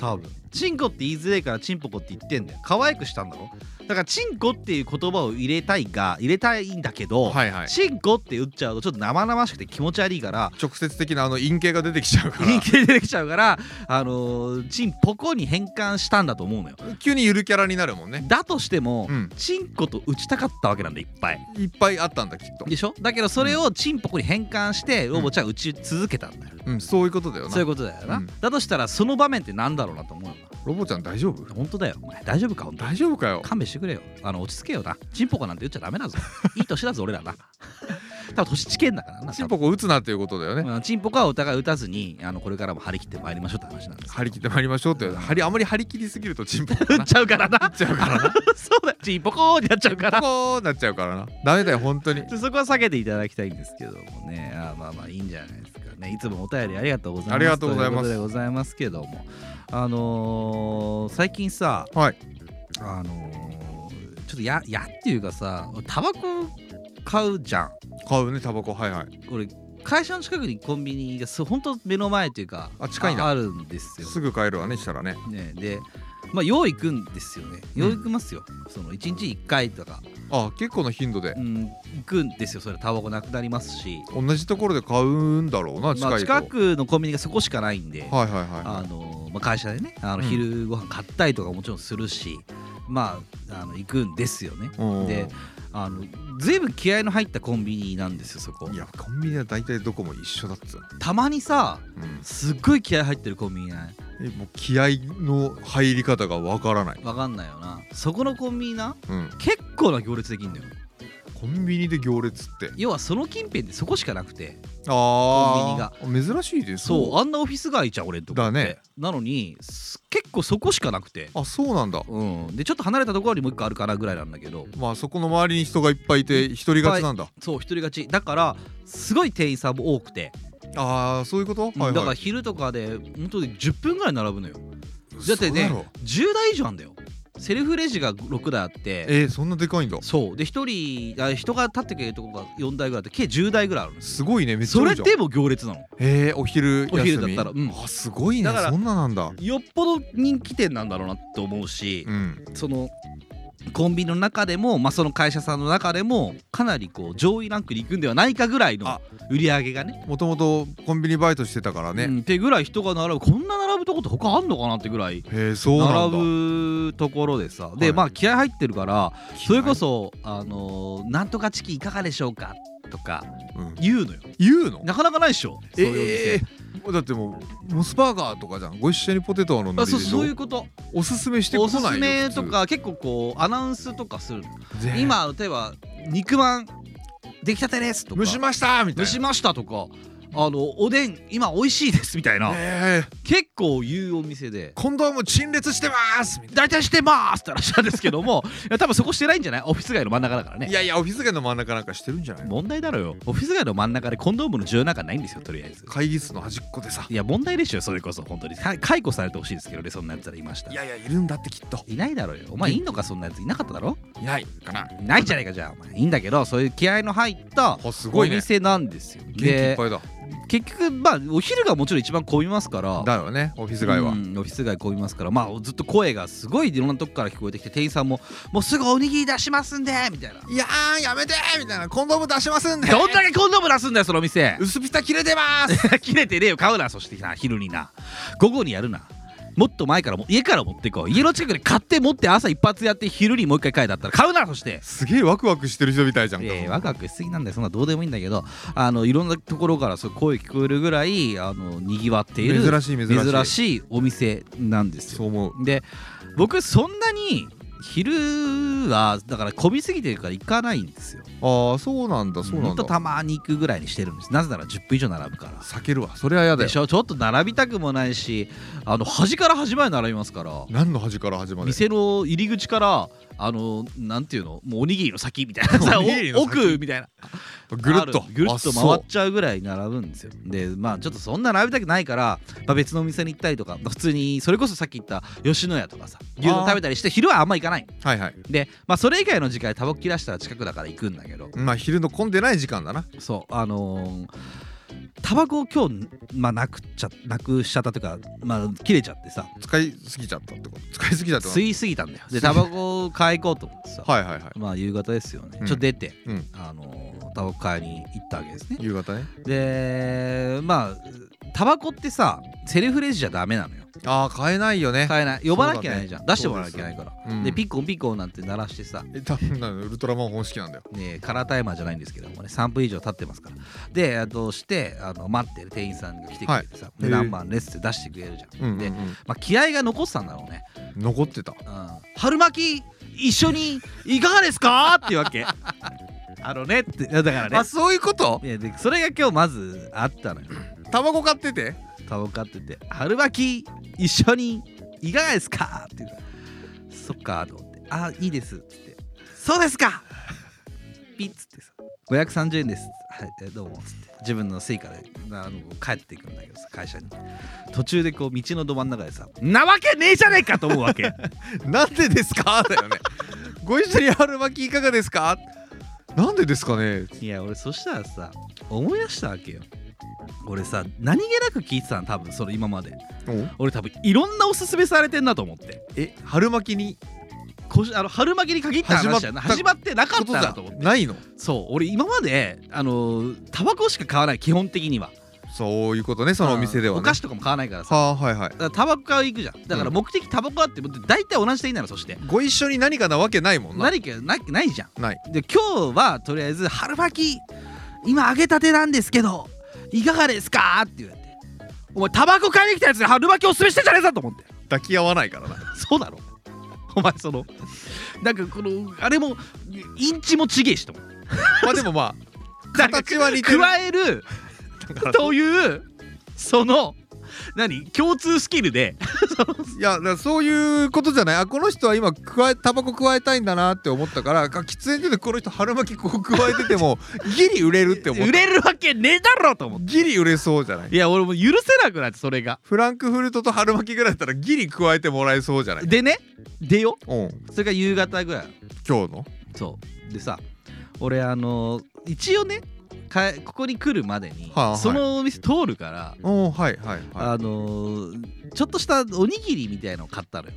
Speaker 2: 多分チンコって言いづらいからチンポコって言ってんだよ可愛くしたんだろだからチンコっていう言葉を入れたいが入れたいんだけど、
Speaker 1: はいはい
Speaker 2: チンコって打っちゃうとちょっと生々しくて気持ち悪いから
Speaker 1: 直接的なあの陰形が出てきちゃうか
Speaker 2: 陰形出てきちゃうからあのーチンポコに変換したんだと思うのよ
Speaker 1: ら急にゆるキャラになるもんね
Speaker 2: だとしても、
Speaker 1: うん
Speaker 2: チンコと打ちたかったわけなんだいっぱい
Speaker 1: いっぱいあったんだきっと
Speaker 2: でしょだけどそれをチンポコに変換してロボちゃん打ち続けたんだよ、
Speaker 1: うんそういうことだよ
Speaker 2: そうい
Speaker 1: な
Speaker 2: うことだよな、
Speaker 1: うん
Speaker 2: だとしたらその場面ってなんだろうなと思うよな
Speaker 1: ロボちゃん大丈夫
Speaker 2: 本当だよお前大丈夫か本当
Speaker 1: 大丈夫かよ
Speaker 2: 勘弁してくれよあの落ち着けよなチンポコなんて打っちゃダメだ ぞいい年だぞ俺らな多分年知見だからな
Speaker 1: チンポコ打つなっていうことだよ
Speaker 2: 多
Speaker 1: ね
Speaker 2: 分うんチンポコはお互い打たずにあのこれからも張り切ってまいりましょうって話なんです
Speaker 1: 張り切ってまいりましょうって張りあまり張り切りすぎるとチンポコ
Speaker 2: 打っちゃうからな
Speaker 1: 打っちゃうからな
Speaker 2: そうだチンポコーってやっちゃうから
Speaker 1: こうなっちゃうからなダメだよ本当に
Speaker 2: でそこは避けていただきたいんですけどもねあーまあまあいいんじゃないですかねいつもお便りありがとうございます
Speaker 1: ありがとうございます
Speaker 2: ということでございますけどもあのー最近さ
Speaker 1: はい
Speaker 2: あのーちょっとややっていうかさタバコ買うじゃん
Speaker 1: 買うねタバコはいはい
Speaker 2: 俺会社の近くにコンビニがすほんと目の前というか
Speaker 1: あ近いな
Speaker 2: ああるんですよ
Speaker 1: すぐ帰るわねしたらね
Speaker 2: ねでまあよう行くんですよねよう行きますよ、その1日1回とか、
Speaker 1: あ結構な頻度で
Speaker 2: うん、行くんですよそれタバコなくなりますし
Speaker 1: 同じところで買うんだろうな近
Speaker 2: まあ、
Speaker 1: いと、
Speaker 2: 近くのコンビニがそこしかないんで、
Speaker 1: はいはいはい
Speaker 2: あ
Speaker 1: は
Speaker 2: のまあ、会社でねあ
Speaker 1: う
Speaker 2: の
Speaker 1: ん
Speaker 2: 昼ご飯買ったりとかもちろんするし、まああの行くんですよね
Speaker 1: うん
Speaker 2: であのずいぶん気合の入ったコンビニなんですよそこ
Speaker 1: いやコンビニは大体どこも一緒だっつうの、
Speaker 2: たまにさ
Speaker 1: うん
Speaker 2: すっごい気合入ってるコンビニない
Speaker 1: えもう気合の入り方がわからない、
Speaker 2: わかんないよなそこのコンビニな
Speaker 1: うん、
Speaker 2: 結構な行列できんのよ
Speaker 1: コンビニで行列って
Speaker 2: 要はその近辺でそこしかなくて
Speaker 1: あコンビニが珍しいです
Speaker 2: そうあんなオフィス街じゃん俺んとこっ
Speaker 1: だ
Speaker 2: て
Speaker 1: ね
Speaker 2: なのにす結構そこしかなくて
Speaker 1: あそうなんだ
Speaker 2: うんでちょっと離れたところにもう一個あるかなぐらいなんだけど
Speaker 1: まあそこの周りに人がいっぱいいて一人勝ちなんだ
Speaker 2: そう一人勝ちだからすごい店員さんも多くて、
Speaker 1: ああそういうこと、はいはい、
Speaker 2: だから昼とかで本当に10分ぐらい並ぶのよだってね
Speaker 1: 嘘ろ
Speaker 2: 10台以上あんだよセルフレジが6台あって
Speaker 1: えー、そんなでかいんだ
Speaker 2: そうで1人あ人が立ってくれるとこが4台ぐらいあって計10台ぐらいあるんです
Speaker 1: すごいねめっちゃ
Speaker 2: そ
Speaker 1: 多
Speaker 2: れ
Speaker 1: い
Speaker 2: っ
Speaker 1: じゃん
Speaker 2: ても行列なの
Speaker 1: えー、お昼休み
Speaker 2: お昼だったらうん
Speaker 1: あすごいね
Speaker 2: だから
Speaker 1: そんななんだ
Speaker 2: よっぽど人気店なんだろうなって思うし
Speaker 1: う、ん
Speaker 2: そのコンビニの中でも、まあ、その会社さんの中でもかなりこう上位ランクに行くんではないかぐらいの
Speaker 1: あ
Speaker 2: 売り上げがね
Speaker 1: もともとコンビニバイトしてたからね、
Speaker 2: うんってぐらい人が並ぶこんな並ぶとこって他あんのかなってぐらい
Speaker 1: へえそうなんだ
Speaker 2: 並ぶところでさで、
Speaker 1: はい
Speaker 2: まあ気合入ってるからそれこ、そ「あのーなんとかチキンいかがでしょうか?」とか
Speaker 1: うん、
Speaker 2: 言うのよ
Speaker 1: 言うの
Speaker 2: なかなかないでしょそういうお店、
Speaker 1: えー、だってもうモスバーガーとかじゃんご一緒にポテトの
Speaker 2: あ
Speaker 1: ノリ
Speaker 2: そ
Speaker 1: で
Speaker 2: う
Speaker 1: しょ
Speaker 2: そういうこと
Speaker 1: おすすめしてこ
Speaker 2: お
Speaker 1: ない
Speaker 2: す
Speaker 1: よ
Speaker 2: すめと
Speaker 1: 普
Speaker 2: か結構こうアナウンスとかするの
Speaker 1: 通ね
Speaker 2: 今例えば肉まん出来たてですとか
Speaker 1: 蒸しましたみたいな
Speaker 2: 蒸しましたとかあのおでん今美味しいですみたいな、
Speaker 1: えー、
Speaker 2: 結構言うお店で
Speaker 1: コンドーム陳列してますみたい
Speaker 2: 大体してますって話なんですけどもいや多分そこしてないんじゃないオフィス街の真ん中だから
Speaker 1: な、
Speaker 2: ね
Speaker 1: いやいやオフィス街の真ん中なんかしてるんじゃないの
Speaker 2: 問題だろよオフィス街の真ん中でコンドームの需要なんかないんですよとりあえず
Speaker 1: 会議室の端っこでさ
Speaker 2: いや問題でしょそれこそ本当にか解雇されてほしいですけどねそんなやつらいました
Speaker 1: い
Speaker 2: ら
Speaker 1: やいやいるんだってきっと
Speaker 2: いないだろうよお前いいのかそんなやついなかっただろ
Speaker 1: いないかない
Speaker 2: ないじゃないかじゃあお前いいんだけどそういう気合の入った
Speaker 1: あす
Speaker 2: お
Speaker 1: ごいね
Speaker 2: 店なんですよ、
Speaker 1: 元気いっ
Speaker 2: で
Speaker 1: ぱいだ
Speaker 2: 結局まあお昼がもちろん一番混みますから
Speaker 1: だよねオフィス街は、
Speaker 2: うんオフィス街混みますからまあずっと声がすごいいろんなとこから聞こえてきて店員さんも「もうすぐおにぎり出しますんで」みたいな「
Speaker 1: いやーやめてみたいなコンドーム出しますんで
Speaker 2: どんだけコンドーム出すんだよその店
Speaker 1: 薄ピタ切れてます
Speaker 2: 切れてねえよ買うなそしてな昼にな午後にやるなもっと前からも家から持ってこう家の近くで買って持って朝一発やって昼にもう一回買いだったら買うなそして
Speaker 1: すげえワクワクしてる人みたいじゃん
Speaker 2: いやいやワクワクしすぎなんだよそんなどうでもいいんだけどあのいろんなところからそう声聞こえるぐらいあのにぎわっている
Speaker 1: 珍しい珍しい
Speaker 2: 珍しいお店なんですよ
Speaker 1: そう思う
Speaker 2: で僕そんなに昼はだから混みすぎてるから行かないんですよ
Speaker 1: ああそうなんだそう
Speaker 2: ほ
Speaker 1: なんん
Speaker 2: と
Speaker 1: だ
Speaker 2: たまに行くぐらいにしてるんですなぜなら10分以上並ぶから
Speaker 1: 避けるわそれは嫌だ
Speaker 2: で
Speaker 1: よ
Speaker 2: しょちょっと並びたくもないしあの端から端まで並びますから
Speaker 1: 何の端から端まで
Speaker 2: 店の入り口からあのなんていうのもうおにぎりの先みたいな さ
Speaker 1: おにぎりの
Speaker 2: お
Speaker 1: 先
Speaker 2: 奥みたいな
Speaker 1: ぐるっと
Speaker 2: あるぐるっ
Speaker 1: あそ
Speaker 2: と回
Speaker 1: う
Speaker 2: っちゃうぐらい並ぶんですよでまあちょっとそんな並びたくないから、まあ、別のお店に行ったりとか普通にそれこそさっき言った吉野家とかさ牛丼食べたりして昼はあんま行かない
Speaker 1: はいはい
Speaker 2: で、まあ、それ以外の時間でタバコ切らしたら近くだから行くんだけど
Speaker 1: まあ昼の混んでない時間だな
Speaker 2: そうあのータバコを今日、まあ、なくっちゃなくしちゃったというか、まあ、切れちゃってさ
Speaker 1: 使いすぎちゃったってこと使いすぎちゃったって
Speaker 2: 吸
Speaker 1: こ
Speaker 2: いすぎたんだよ
Speaker 1: 吸
Speaker 2: で
Speaker 1: い
Speaker 2: タバコを買い行こうと思ってさ、
Speaker 1: と はいはいはい
Speaker 2: まあ夕方ですよね、
Speaker 1: うん
Speaker 2: ちょっと出て、
Speaker 1: うん
Speaker 2: あのータバコ買いに行ったわけですね
Speaker 1: 夕方ね
Speaker 2: でまあタバコってさセルフレジじゃダメなのよ
Speaker 1: ああ買えないよね、
Speaker 2: 買えない呼ばなきゃいけないじゃん、
Speaker 1: そうだね
Speaker 2: 出してもらわなきゃいけないから
Speaker 1: う
Speaker 2: で
Speaker 1: ん
Speaker 2: ピコンピコンなんて鳴らしてさ
Speaker 1: え多分なウルトラマン方式なんだよ
Speaker 2: ね、カラータイマーじゃないんですけどもね3分以上経ってますからであとしてあの待ってる店員さんが来てくれてさ、
Speaker 1: い
Speaker 2: で
Speaker 1: へえ
Speaker 2: 何番ですって出してくれるじゃん、
Speaker 1: うんうん、う
Speaker 2: で、
Speaker 1: ん
Speaker 2: ま、あ、気合が残ってたんだろうね、
Speaker 1: 残ってた
Speaker 2: うん、春巻き一緒にいかがですかっていうわけあのねってだからね
Speaker 1: あそういうこと
Speaker 2: いやでそれが今日まずあったのよ
Speaker 1: タバコ買ってて
Speaker 2: タバコ買ってて「春巻き一緒にいかがですか?」って言うから「そっか」と思って「あいいです」っつって「そうですか!」ピッつってさ「530円です」はいえどうも」っつって自分のスイカであの帰っていくんだけどさ会社に途中でこう道のど真ん中でさ「なわけねえじゃねえか!」と思うわけ
Speaker 1: なんでですかだよねご一緒に春巻きいかがですかなんでですかね
Speaker 2: いや俺そしたらさ思い出したわけよ俺さ何気なく聞いてたの多分それ今まで俺多分いろんなおすすめされてんなと思って
Speaker 1: え春巻きに
Speaker 2: こしあの春巻きに限った話じゃない始
Speaker 1: 始
Speaker 2: まってなか
Speaker 1: こ
Speaker 2: っ
Speaker 1: と
Speaker 2: たな
Speaker 1: だ
Speaker 2: と思って
Speaker 1: ないの
Speaker 2: そう俺今まであのータバコしか買わない基本的には
Speaker 1: そういうことねそのお店ではね
Speaker 4: お菓子とかも買わないからさ
Speaker 1: はあはいはい
Speaker 4: だからタバコ買い行くじゃんだから目的タバコだって大体同じでいいなのそして
Speaker 1: ご一緒に何かなわけないもんな
Speaker 4: 何かなないじゃん
Speaker 1: ない
Speaker 4: で今日はとりあえず春巻き今揚げたてなんですけどいかがですかって言われてお前タバコ買いに来たやつに春巻きおすすめしてんじゃねえぞと思って
Speaker 1: 抱き合わないからな
Speaker 4: そうだろお前そのなんかこのあれもインチもちげえしと思う
Speaker 1: まあでも まあ
Speaker 4: なんか
Speaker 1: 形は似てる
Speaker 4: 加えるというその何共通スキルで
Speaker 1: いやだからそういうことじゃないあこの人は今加えタバコ加えたいんだなって思ったからあ喫煙所でこの人春巻きこう加えてて もギリ売れるって思っ
Speaker 4: 売
Speaker 1: た
Speaker 4: れるわけねえだろと思って
Speaker 1: ギリ売れそうじゃない
Speaker 4: いや俺もう許せなくなってそれが
Speaker 1: フランクフルトと春巻きぐらいだったらギリ加えてもらえそうじゃない
Speaker 4: でねでよ
Speaker 1: うん
Speaker 4: それが夕方ぐらい
Speaker 1: 今日の
Speaker 4: そうでさ俺あの一応ねかえここに来るまでに、
Speaker 1: はあはい
Speaker 4: そのお店通るから、
Speaker 1: おーはいはいはい
Speaker 4: あのちょっとしたおにぎりみたいのを買ったのよ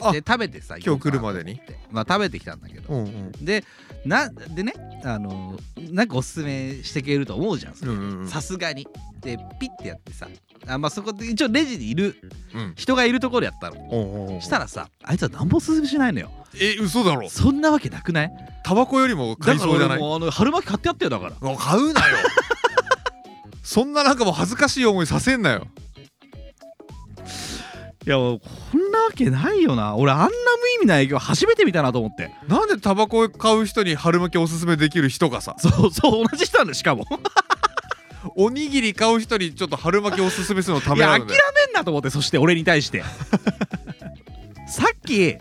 Speaker 1: あ
Speaker 4: で食べてさ
Speaker 1: 今日来るまでに
Speaker 4: 行こうかなと思ってまあ食べてきたんだけど、
Speaker 1: うんうん
Speaker 4: でなでねあのなんかおすすめしてくれると思うじゃんそれ
Speaker 1: うんうんうん
Speaker 4: さすがにでピッてやってさあまあそこで一応レジにいる
Speaker 1: うん
Speaker 4: 人がいるところやったの
Speaker 1: おうおうおう
Speaker 4: したらさあいつは何もおすすめしないのよ
Speaker 1: え嘘だろ
Speaker 4: そんなわけなくない
Speaker 1: タバコよりも買
Speaker 4: だ
Speaker 1: い
Speaker 4: か
Speaker 1: そうじ
Speaker 4: ら
Speaker 1: ゃな
Speaker 4: 俺
Speaker 1: い
Speaker 4: もうあの春巻き買ってやってよだから
Speaker 1: もう買うな よそんななんかもう恥ずかしい思いさせんなよ
Speaker 4: いやこんなわけないよな俺あんな無意味な営業初めて見たなと思って
Speaker 1: なんでタバコ買う人に春巻きおすすめできる人がさ
Speaker 4: そうそう同じ人なんだよしかも
Speaker 1: おにぎり買う人にちょっと春巻きおすすめするのた
Speaker 4: い
Speaker 1: め
Speaker 4: や
Speaker 1: らうん
Speaker 4: 諦めん
Speaker 1: だよ
Speaker 4: なと思ってそして俺に対 してさっき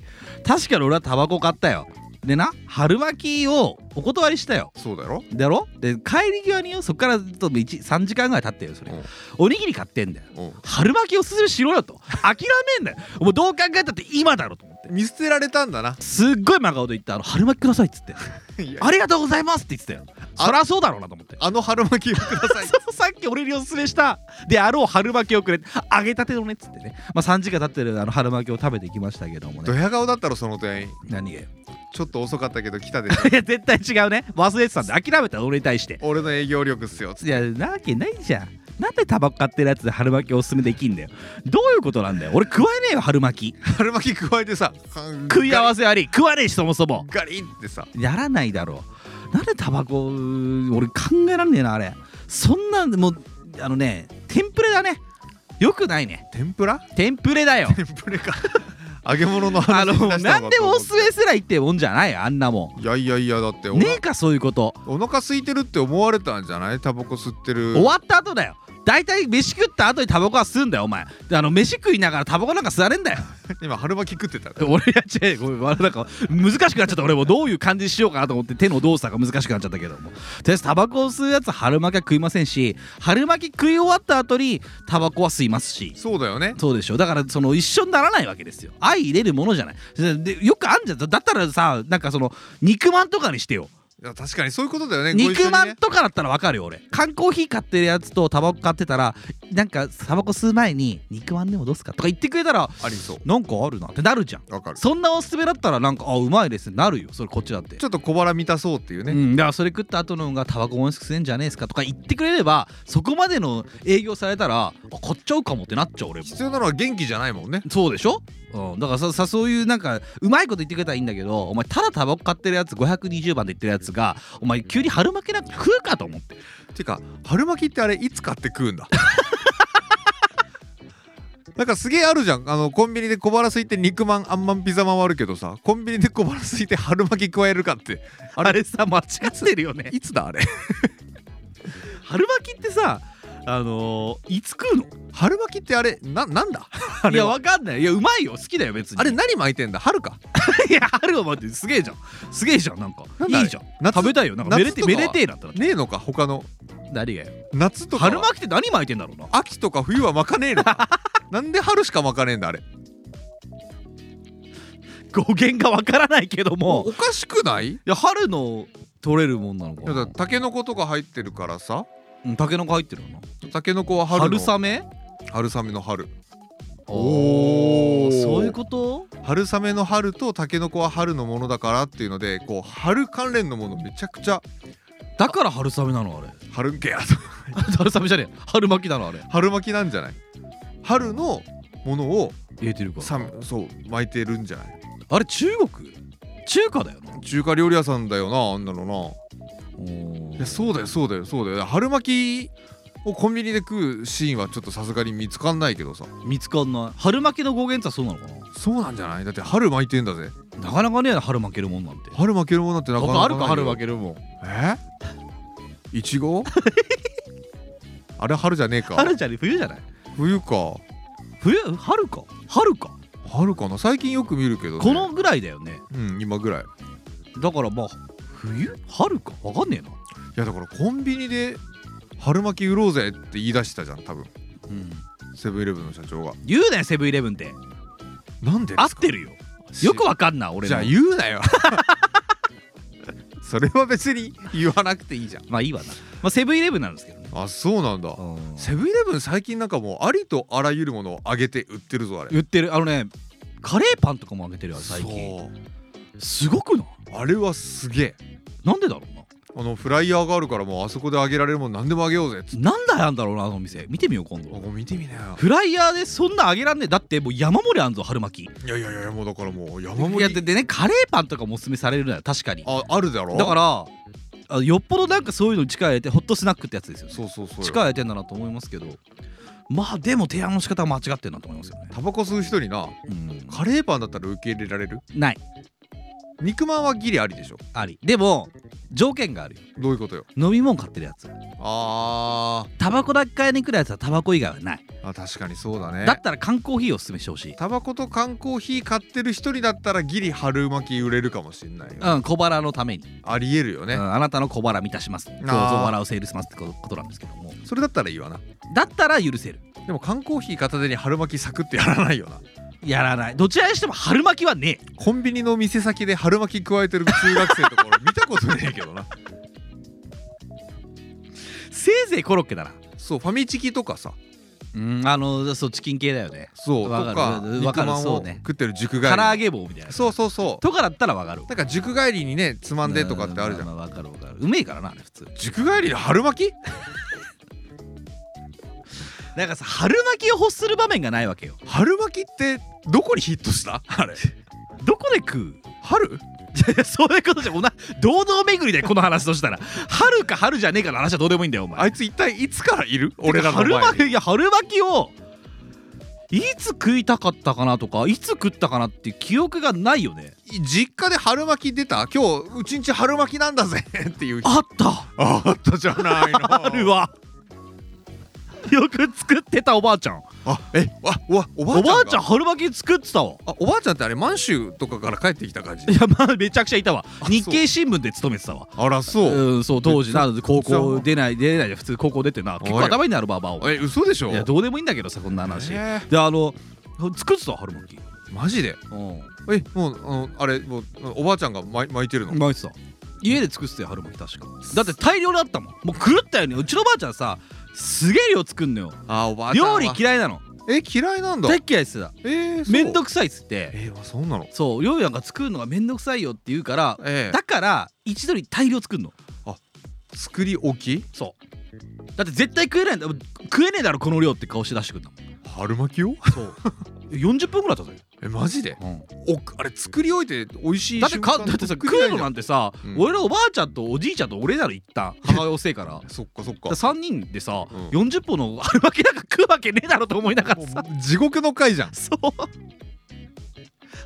Speaker 4: 確かに俺はタバコ買ったよでな春巻きをお断りしたよ
Speaker 1: そうだろ
Speaker 4: だろで帰り際によそっからちょっと1 3時間ぐらい経ってよそれ、
Speaker 1: うん
Speaker 4: おにぎり買ってんだよ
Speaker 1: うん
Speaker 4: 春巻きおすすめしろよと諦めんなよもうどう考えたって今だろと思って
Speaker 1: 見捨てられたんだな
Speaker 4: すっごい真顔で言ったあの春巻きくださいっつって
Speaker 1: いや
Speaker 4: ありがとうございますって言ってたよ。
Speaker 1: あ
Speaker 4: そりゃそうだろうなと思って。
Speaker 1: あの春巻きをください
Speaker 4: そうさっき俺におすすめしたであろう春巻きをくれ揚げたてのねっつってね、まあ、3時間経ってるあの春巻きを食べてきましたけども
Speaker 1: ド
Speaker 4: ね
Speaker 1: ヤ顔だったろその店員
Speaker 4: 何がよ
Speaker 1: ちょっと遅かったけど来た でしょ
Speaker 4: いや絶対違うね忘れてたんで諦めた俺に対して
Speaker 1: 俺の営業力っすよつ
Speaker 4: いやなわけないじゃんなんでタバコ買ってるやつで春巻きおすすめできんだよどういうことなんだよ俺食わねえよ春巻き
Speaker 1: 春巻き加えてさ食
Speaker 4: 食い合わせ悪い食わねえしそもそも
Speaker 1: ガリッってさ
Speaker 4: やらないだろうなんでタバコ俺考えらんねえなあれそんなもうあのね天ぷらだねよくないね
Speaker 1: 天ぷら
Speaker 4: 天ぷらだよ
Speaker 1: 天ぷらか揚げ物の
Speaker 4: あ
Speaker 1: 話
Speaker 4: の
Speaker 1: に出した
Speaker 4: な
Speaker 1: の
Speaker 4: ん
Speaker 1: か
Speaker 4: で
Speaker 1: と思
Speaker 4: お
Speaker 1: っ
Speaker 4: すすめすら言ってもんじゃないあんなも
Speaker 1: いやいやいやだってお
Speaker 4: ん
Speaker 1: な
Speaker 4: ねえかそういうこと
Speaker 1: お腹空いてるって思われたんじゃないタバコ吸ってる
Speaker 4: 終わった後だよ大体飯食った後にタバコは吸うんだよお前あの飯食いながらタバコなんか吸われんだよ
Speaker 1: 今春巻き食ってたから
Speaker 4: 俺やっちゃえごめんなんか難しくなっちゃった俺もどういう感じにしようかなと思って手の動作が難しくなっちゃったけどもとりあえずタバコを吸うやつは春巻きは食いませんし春巻き食い終わった後にタバコは吸いますし
Speaker 1: そうだよね
Speaker 4: そうでしょだからその一緒にならないわけですよ相入れるものじゃないでよくあんじゃんだったらさなんかその肉まんとかにしてよ
Speaker 1: いや確かにそういうことだよねご一緒
Speaker 4: 肉
Speaker 1: にね
Speaker 4: まんとかだったらわかるよ俺缶コーヒー買ってるやつとタバコ買ってたらなんかタバコ吸う前に肉まんでもどうすかとか言ってくれたら
Speaker 1: ありそう
Speaker 4: なんかあるなってなるじゃん
Speaker 1: わかる
Speaker 4: そんなおすすめだったらなんかあうまいですねなるよそれこっちだって
Speaker 1: ちょっと小腹満たそうっていう
Speaker 4: う
Speaker 1: ね、
Speaker 4: ん、だからそれ食った後の方がタバコも吸えんじゃねえですかとか言ってくれればそこまでの営業されたらあ買っちゃうかもってなっちゃう俺も
Speaker 1: 必要なのは元気じゃないもんね
Speaker 4: そうでしょ、うん、だからささそういうなんかうまいこと言ってくれたらいいんだけどお前ただタバコ買ってるやつ520番で言ってるやつがお前急に春巻きなんか食うかと思って
Speaker 1: てか春巻きってあれいつ買って食うんだ なんかすげえあるじゃんあのコンビニで小腹空いて肉まんあんまんピザまんはあるけどさコンビニで小腹空いて 春巻き加えるかって
Speaker 4: あれさ間違ってるよね
Speaker 1: いつだあれ
Speaker 4: 春巻きってさあのーいつ食うの
Speaker 1: 春巻きってあれななんだ
Speaker 4: いやわかんないいやうまいよ好きだよ別に
Speaker 1: あれ何巻いてんだ春か
Speaker 4: いや春を待ってすげえじゃんすげえじゃんなんか
Speaker 1: なんだあ
Speaker 4: い
Speaker 1: れ
Speaker 4: いじゃん
Speaker 1: 夏
Speaker 4: 食べたいよなんかめ
Speaker 1: 夏
Speaker 4: でて
Speaker 1: とか
Speaker 4: め
Speaker 1: は
Speaker 4: でてえなってなって
Speaker 1: ねえのか他の
Speaker 4: 何がよ
Speaker 1: 夏とかは
Speaker 4: 春巻きって何巻いてんだろうな
Speaker 1: 秋とか冬は巻かねえの かなんで春しか巻かねえんだあれ
Speaker 4: 語源がわからないけども
Speaker 1: おかしくない
Speaker 4: いや春の取れるもんなのか
Speaker 1: いやだ
Speaker 4: な
Speaker 1: からタケノコとか入ってるからさ
Speaker 4: うんタケノコ入ってるよな
Speaker 1: タケノコは春の
Speaker 4: 春雨
Speaker 1: 春雨の春
Speaker 4: お
Speaker 1: おー
Speaker 4: そういうこと
Speaker 1: 春雨の春とタケノコは春のものだからっていうのでこう春関連のものめちゃくちゃ
Speaker 4: だから春雨なのあれ
Speaker 1: 春んけや
Speaker 4: 春雨じゃねえ春巻きなのあれ
Speaker 3: 春巻きなんじゃない春のものを
Speaker 4: 入れてるか
Speaker 3: さそう巻いてるんじゃない
Speaker 4: あれ中国中華だよな
Speaker 3: 中華料理屋さんだよなあんなのな
Speaker 4: お
Speaker 3: いやそうだよそうだよそうだよ春巻きをコンビニで食うシーンはちょっとさすがに見つかんないけどさ
Speaker 4: 見つかんない春巻きの語源ってそうなのか
Speaker 3: そうなんじゃないだって春巻いてんだぜ
Speaker 4: ななかなかね春巻けるもんなんて
Speaker 3: 春巻けるものなんてなかな
Speaker 4: 他
Speaker 3: か
Speaker 4: あるか春巻
Speaker 3: け
Speaker 4: けるもん
Speaker 3: えいちご あれ春じゃねえか
Speaker 4: 春じゃね冬じゃない
Speaker 3: 冬か
Speaker 4: 冬春か春か
Speaker 3: 春かな最近よく見るけど、ね、
Speaker 4: このぐらいだよね
Speaker 3: うん今ぐらいい
Speaker 4: だからまあ冬春かわかんねえな
Speaker 3: やだからコンビニで春巻き売ろうぜって言い出したじゃん多分
Speaker 4: うん
Speaker 3: セブンイレブンの社長が
Speaker 4: 言うなよセブンイレブンって
Speaker 3: なんで
Speaker 4: 合ってるよよくわかんな俺
Speaker 3: じゃ
Speaker 4: の
Speaker 3: あ言うなよ それは別に言わなくていいじゃん
Speaker 4: まあいいわな、まあ、セブンイレブンなんですけどね
Speaker 3: あそうなんだセブンイレブン最近なんかもうありとあらゆるものをあげて売ってるぞあれ
Speaker 4: 言ってるあのねカレーパンとかもあげてるよ最近
Speaker 3: そう
Speaker 4: すごくない
Speaker 3: あれはすげえ
Speaker 4: なんでだろうな
Speaker 3: あのフライヤーがあるからもうあそこであげられるもん何でもあげようぜっつって
Speaker 4: なんだなんだろうなあの店見てみよう今
Speaker 3: あこ
Speaker 4: 度
Speaker 3: れ見てみなよ
Speaker 4: フライヤーでそんなあげらんねえだってもう山盛りあんぞ春巻き
Speaker 3: いやいやいやもうだからもう山
Speaker 4: いや
Speaker 3: 盛
Speaker 4: で
Speaker 3: り
Speaker 4: でねカレーパンとかもおすすめされるのよ確かに
Speaker 3: ああるだろ
Speaker 4: だからあよっぽどなんかそういうのに力入れてホットスナックってやつですよね
Speaker 3: そうそうそう
Speaker 4: 力入れてんだなと思いますけどまあでも提案の仕方は間違ってるなと思いますよね、
Speaker 3: タバコ吸う人に
Speaker 4: う
Speaker 3: な
Speaker 4: ん
Speaker 3: カレーパンだったら受け入れられる
Speaker 4: ない
Speaker 3: 肉まんはギリありでしょ
Speaker 4: ありでも条件があるよ
Speaker 3: どういうことよ
Speaker 4: 飲み物買ってるやつ
Speaker 3: あ
Speaker 4: タバコだけ買いに来るやつはタバコ以外はない、
Speaker 3: ーあ確かにそうだね
Speaker 4: だったら缶コーヒーをおすすめしてほしい
Speaker 3: タバコと缶コーヒー買ってる一人だったらギリ春巻き売れるかもしんないよ
Speaker 4: うん、小腹のために、
Speaker 3: ありえるよね、
Speaker 4: うんあなたの小腹満たしますどうぞ笑うセールスマンってことなんですけども
Speaker 3: それだったらいいわな
Speaker 4: だったら許せる
Speaker 3: でも缶コーヒー片手に春巻きサクってやらないよな
Speaker 4: やらないどちらにしても春巻きはねえ
Speaker 3: コンビニの店先で春巻き加えてる中学生とか俺見たことねえけどな
Speaker 4: せいぜいコロッケだな
Speaker 3: そうファミチキとかさ
Speaker 4: うんあのそうチキン系だよね
Speaker 3: そうと
Speaker 4: わかる
Speaker 3: か
Speaker 4: わ
Speaker 3: 肉
Speaker 4: かる
Speaker 3: まん
Speaker 4: そう
Speaker 3: を
Speaker 4: ね
Speaker 3: 食ってる塾帰
Speaker 4: 唐揚
Speaker 3: り
Speaker 4: げ棒みたいな
Speaker 3: そうそうそう
Speaker 4: とかだったらわかる
Speaker 3: なんか塾帰りにねつまんでとかってあるじゃん
Speaker 4: ままあわかるわかるうめえからなあれ普通
Speaker 3: 塾帰りで春巻き
Speaker 4: なんかさ春巻きを欲する場面がないわけよ
Speaker 3: 春巻きってどこにヒットしたあれ
Speaker 4: どこで食う
Speaker 3: 春
Speaker 4: いやいやそういうことじゃおな堂々巡りでこの話としたら春か春じゃねえかの話はどうでもいいんだよお前
Speaker 3: あいつ一体いつからいる俺らの
Speaker 4: 春
Speaker 3: 前
Speaker 4: 巻
Speaker 3: に
Speaker 4: きいや春巻きをいつ食いたかったかなとかいつ食ったかなっていう記憶がないよね
Speaker 3: 実家で春巻き出た今日うちんち春巻きなんだぜっていう日
Speaker 4: あった
Speaker 3: ああったじゃないの
Speaker 4: あるわよく作ってたおばあちゃん
Speaker 3: あえ わわおばあ
Speaker 4: おば
Speaker 3: ちゃんが
Speaker 4: あちゃん春巻き作ってたわ
Speaker 3: あおばあちゃんってあれ満州とかから帰ってきた感じ
Speaker 4: いやまあめちゃくちゃいたわ
Speaker 3: あ
Speaker 4: 日経新聞で勤めてたわ
Speaker 3: あらそう、
Speaker 4: うんそう当時
Speaker 3: めっちゃ
Speaker 4: なので高
Speaker 3: め
Speaker 4: 校
Speaker 3: っちゃ
Speaker 4: 出ない出れないで普通高校出てな結構頭になるババアを
Speaker 3: え嘘でしょ
Speaker 4: いやどうでもいいんだけどさこんな話で
Speaker 3: え
Speaker 4: あの作ってたわ春巻き
Speaker 3: ーマジで
Speaker 4: う
Speaker 3: えもうあのあれもうおばあちゃんが巻い巻いてるの、
Speaker 4: ん巻いてた家で作ってたよ春巻き確かだって大量だったもんもう狂ったようにうちのばあちゃんさすげえ量作んのよ
Speaker 3: あおばあちゃん
Speaker 4: 料
Speaker 3: は
Speaker 4: 理嫌いなの
Speaker 3: え嫌いなんだ
Speaker 4: 大っ嫌いっすだ
Speaker 3: えー、そう
Speaker 4: めんどくさいっつって
Speaker 3: えー、あそうなの
Speaker 4: そう料理なんか作るのがめんどくさいよって言うから
Speaker 3: え
Speaker 4: だから一度に大量作んの
Speaker 3: え作り置き
Speaker 4: そうだって絶対食えないんだ食えねえだろこの量って顔して出してくんだもん
Speaker 3: 春巻きを
Speaker 4: そう40分ぐらいだったぜ、
Speaker 3: えマジでおあれ作り置いて美味しい
Speaker 4: だってか
Speaker 3: 瞬間
Speaker 4: だってさ
Speaker 3: 作
Speaker 4: 食
Speaker 3: りな
Speaker 4: う
Speaker 3: いじゃ
Speaker 4: の
Speaker 3: ん
Speaker 4: なんてさ、
Speaker 3: うん
Speaker 4: 俺のおばあちゃんとおじいちゃんと俺なの一旦母親遅い から
Speaker 3: そっかそっか
Speaker 4: 3人でさ、
Speaker 3: うん
Speaker 4: 40本の春巻きなんか食うわけねえだろと思いながらさ
Speaker 3: もう地獄の回じゃん
Speaker 4: そう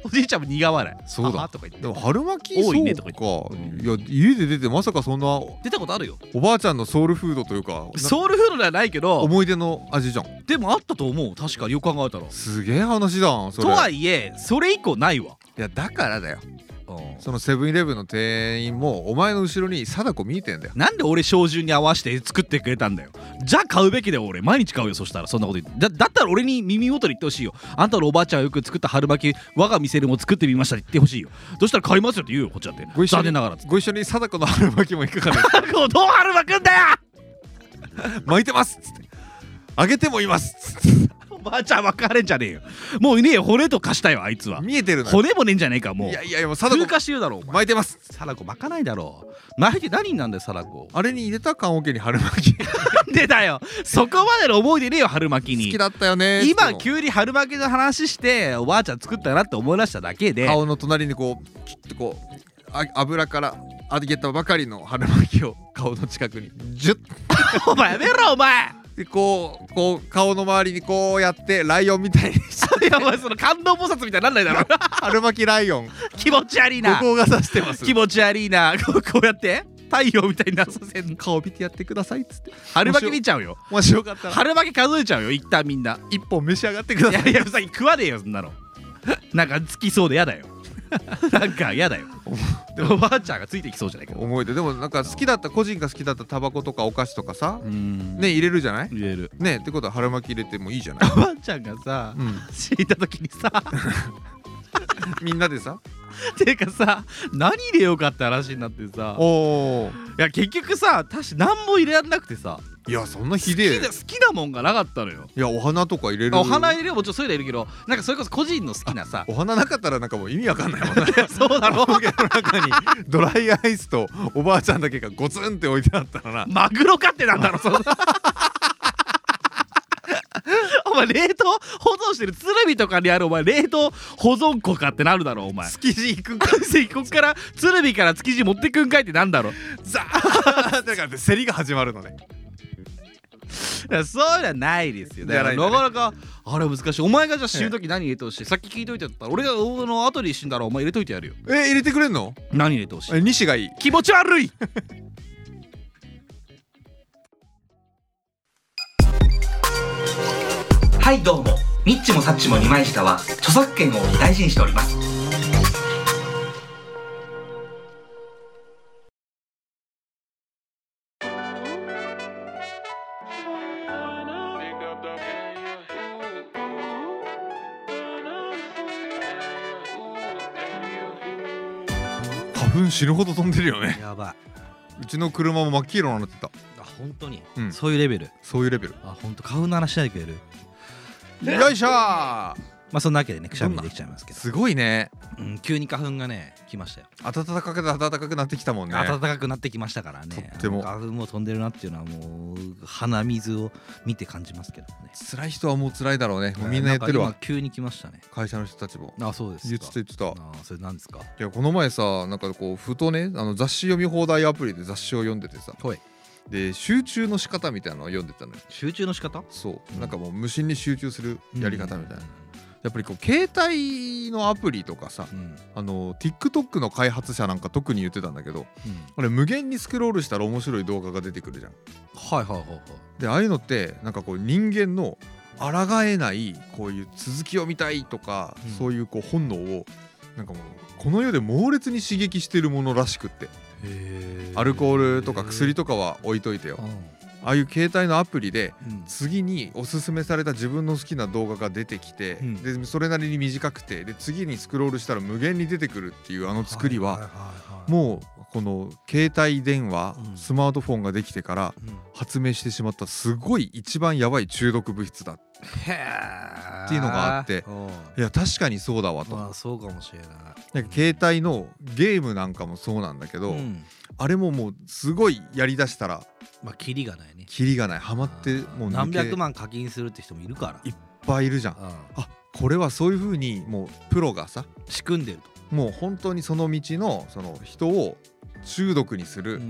Speaker 4: おじいちゃんも苦笑い
Speaker 3: そうだ
Speaker 4: あはとか言って
Speaker 3: でも春巻き
Speaker 4: 多いねと
Speaker 3: そ
Speaker 4: か
Speaker 3: う
Speaker 4: 言って
Speaker 3: かいや家で出てまさかそんな
Speaker 4: 出たことあるよ
Speaker 3: おばあちゃんのソウルフードというかな
Speaker 4: ソウルフードではないけど
Speaker 3: 思い出の味じゃん
Speaker 4: でもあったと思う確かによく考えたら
Speaker 3: すげえ話だんそれ
Speaker 4: とはいえそれ以降ないわ、
Speaker 3: いやだからだよ
Speaker 4: うん
Speaker 3: そのセブンイレブンの店員もお前の後ろに貞子見えてんだよ
Speaker 4: なんで俺照準に合わせて作ってくれたんだよじゃあ買うべきだよ俺毎日買うよそしたらそんなこと言ってだだったら俺に耳元で言ってほしいよあんたのおばあちゃんがよく作った春巻き我が店でも作ってみましたって言ってほしいよそしたら買いますよって言うよこっちだって
Speaker 3: ご一緒
Speaker 4: 残
Speaker 3: に
Speaker 4: 念ながらっつって
Speaker 3: ご一緒に貞子の春巻きもいか がですか
Speaker 4: タコをどう春巻くんだよ
Speaker 3: 巻いてますっつってあげてもいますっつって
Speaker 2: ばあちゃん別れんじゃねえよもうねえよ骨と化したよあいつは
Speaker 1: 見えてるのよ
Speaker 2: 骨もねえんじゃねえかもう
Speaker 1: いやいやいやもう
Speaker 2: 風
Speaker 1: 貞子
Speaker 2: 化してるだろお前
Speaker 1: 巻いてます
Speaker 2: サラコ巻かないだろう巻いて何になんだよサラコ
Speaker 1: あれに入れた棺桶に春巻き好
Speaker 2: なんでだよそこまでの思い出ねえよ春巻きに
Speaker 1: きだったよ ね
Speaker 2: 今
Speaker 1: その
Speaker 2: 急に春巻きの話しておばあちゃん作ったなって思い出しただけで
Speaker 1: 顔の隣にこうキュッとこうあ油から揚げたばかりの春巻きを顔の近くにジュッ
Speaker 2: お前やめろお前
Speaker 1: てこうこう顔の周りにこうやってライオンみたいに
Speaker 2: いやお前その観音菩薩みたいになんないだろ
Speaker 1: 春巻きライオンこ
Speaker 2: 気持ち悪いな
Speaker 1: こが指してます
Speaker 2: 気持ち悪いなこうこうやって太陽みたいになさせんの
Speaker 1: 顔見てやってくださいっつって
Speaker 2: 春巻き見ちゃうよ
Speaker 1: もしよかったら
Speaker 2: 春巻き数えちゃうよ一旦みんな
Speaker 1: 一本召し上がってくだ
Speaker 2: い
Speaker 1: さい
Speaker 2: やいやうさぎ食わねえよそんなのなんかつきそうでやだよ なんかやだよでもおばあちゃんがついてきそうじゃないか
Speaker 1: 思い出でもなんか好きだった個人が好きだったタバコとかお菓子とかさ
Speaker 2: うん
Speaker 1: ね入れるじゃない
Speaker 2: 言える
Speaker 1: ねってことは春巻き入れてもいいじゃ ない
Speaker 2: おばあちゃんがさ
Speaker 1: うん
Speaker 2: 死んだ時にさ
Speaker 1: みんなでさ
Speaker 2: ていうかさ何入れようかって話になってさ
Speaker 1: おお
Speaker 2: いや結局さ確か何も入れられなくてさ
Speaker 1: いやそんな
Speaker 2: 好
Speaker 1: ひ
Speaker 2: き
Speaker 1: でえ
Speaker 2: な好きなもんがなかったのよ
Speaker 1: いやお花とか入れる
Speaker 2: お花入れるよもちろんそういうのいるけどなんかそれこそ個人の好きなさ
Speaker 1: お花なかったらなんかもう意味わかんないもんね
Speaker 2: そうだろ
Speaker 1: おげの中にドライアイスとおばあちゃんだけがゴツンって置いてあったらな
Speaker 2: マグロかってなんだろその お前冷凍保存してる鶴見とかにあるお前冷凍保存庫かってなるだろお前
Speaker 1: 築地行くんか
Speaker 2: こっから鶴見から築地持ってくんかいってなんだろ
Speaker 1: ザーってからセリが始まるのね
Speaker 2: だからそういうのはないですよ
Speaker 1: じゃないんだ
Speaker 2: な
Speaker 1: ね
Speaker 2: かなかあれは難しいお前がじゃあ死ぬ時何入れてほしい、さっき聞いといてやったら俺があの後に死んだらお前入れといてやるよ
Speaker 1: え入れてくれんの
Speaker 2: 何入れてほしい
Speaker 1: え西がいい
Speaker 2: 気持ち悪い
Speaker 5: はいどうもニッチもサッチも二枚舌は著作権を大事にしております
Speaker 1: 花粉死ぬほど飛んでるよね
Speaker 2: やばいう
Speaker 1: ちの車も真っ黄色になってた
Speaker 2: あ本当に、
Speaker 1: うん
Speaker 2: そういうレベル
Speaker 1: そういうレベル
Speaker 2: あ本当花粉の話しないでくれる
Speaker 1: よいしょー
Speaker 2: まあそんなわけでねくしゃみできちゃいますけど
Speaker 1: すごいね
Speaker 2: うん、急に花粉がね来ましたよ、
Speaker 1: 暖かく暖かくなってきたもんね
Speaker 2: 暖かくなってきましたからね
Speaker 1: とっても
Speaker 2: 花粉も飛んでるなっていうのはもう鼻水を見て感じますけどね
Speaker 1: 辛い人はもう辛いだろうねもうみんなやってる
Speaker 2: ん
Speaker 1: わ
Speaker 2: か今急に来ましたね
Speaker 1: 会社の人たちも
Speaker 2: あそうですか
Speaker 1: 言ってた言ってた
Speaker 2: あそれなんですか
Speaker 1: いやこの前さなんかこうふとねあの雑誌読み放題アプリで雑誌を読んでてさ
Speaker 2: はい
Speaker 1: で集中の仕方みたいなのを読んでたのよ
Speaker 2: 集中の仕方
Speaker 1: そううんなんかもう無心に集中するやり方みたいな、
Speaker 2: う
Speaker 1: やっぱりこう携帯のアプリとかさ
Speaker 2: んうん
Speaker 1: あの TikTok の開発者なんか特に言ってたんだけど
Speaker 2: うん
Speaker 1: これ無限にスクロールしたら面白い動画が出てくるじゃん
Speaker 2: はいはいはいはい
Speaker 1: でああいうのってなんかこう人間の抗えないこういう続きを見たいとか、
Speaker 2: うん
Speaker 1: そういうこう本能をなんかもうこの世で猛烈に刺激してるものらしくって
Speaker 2: へ
Speaker 1: アルコールとか薬とかは置いといてよ
Speaker 2: うん
Speaker 1: ああいう携帯のアプリで
Speaker 2: うん
Speaker 1: 次におすすめされた自分の好きな動画が出てきて、
Speaker 2: うん
Speaker 1: でそれなりに短くてで次にスクロールしたら無限に出てくるっていうあの作りはもうこの携帯電話、
Speaker 2: うん
Speaker 1: スマートフォンができてから
Speaker 2: いはいはいうん
Speaker 1: 発明してしまったすごい一番やばい中毒物質だ
Speaker 2: へー
Speaker 1: っていうのがあって
Speaker 2: うん
Speaker 1: いや確かにそうだわと、
Speaker 2: まあそうかもしれない
Speaker 1: なんか携帯のゲームなんかもそうなんだけど、
Speaker 2: うん
Speaker 1: あれももうすごいやりだしたら
Speaker 2: まあキリがないね
Speaker 1: キリがないハマってもう抜
Speaker 2: 何
Speaker 1: け
Speaker 2: 百万課金するって人もいるから
Speaker 1: いっぱいいるじゃん
Speaker 2: う
Speaker 1: あこれはそういう風にもうプロがさ
Speaker 2: ん仕組んでると
Speaker 1: もう本当にその道のその人を中毒にする、も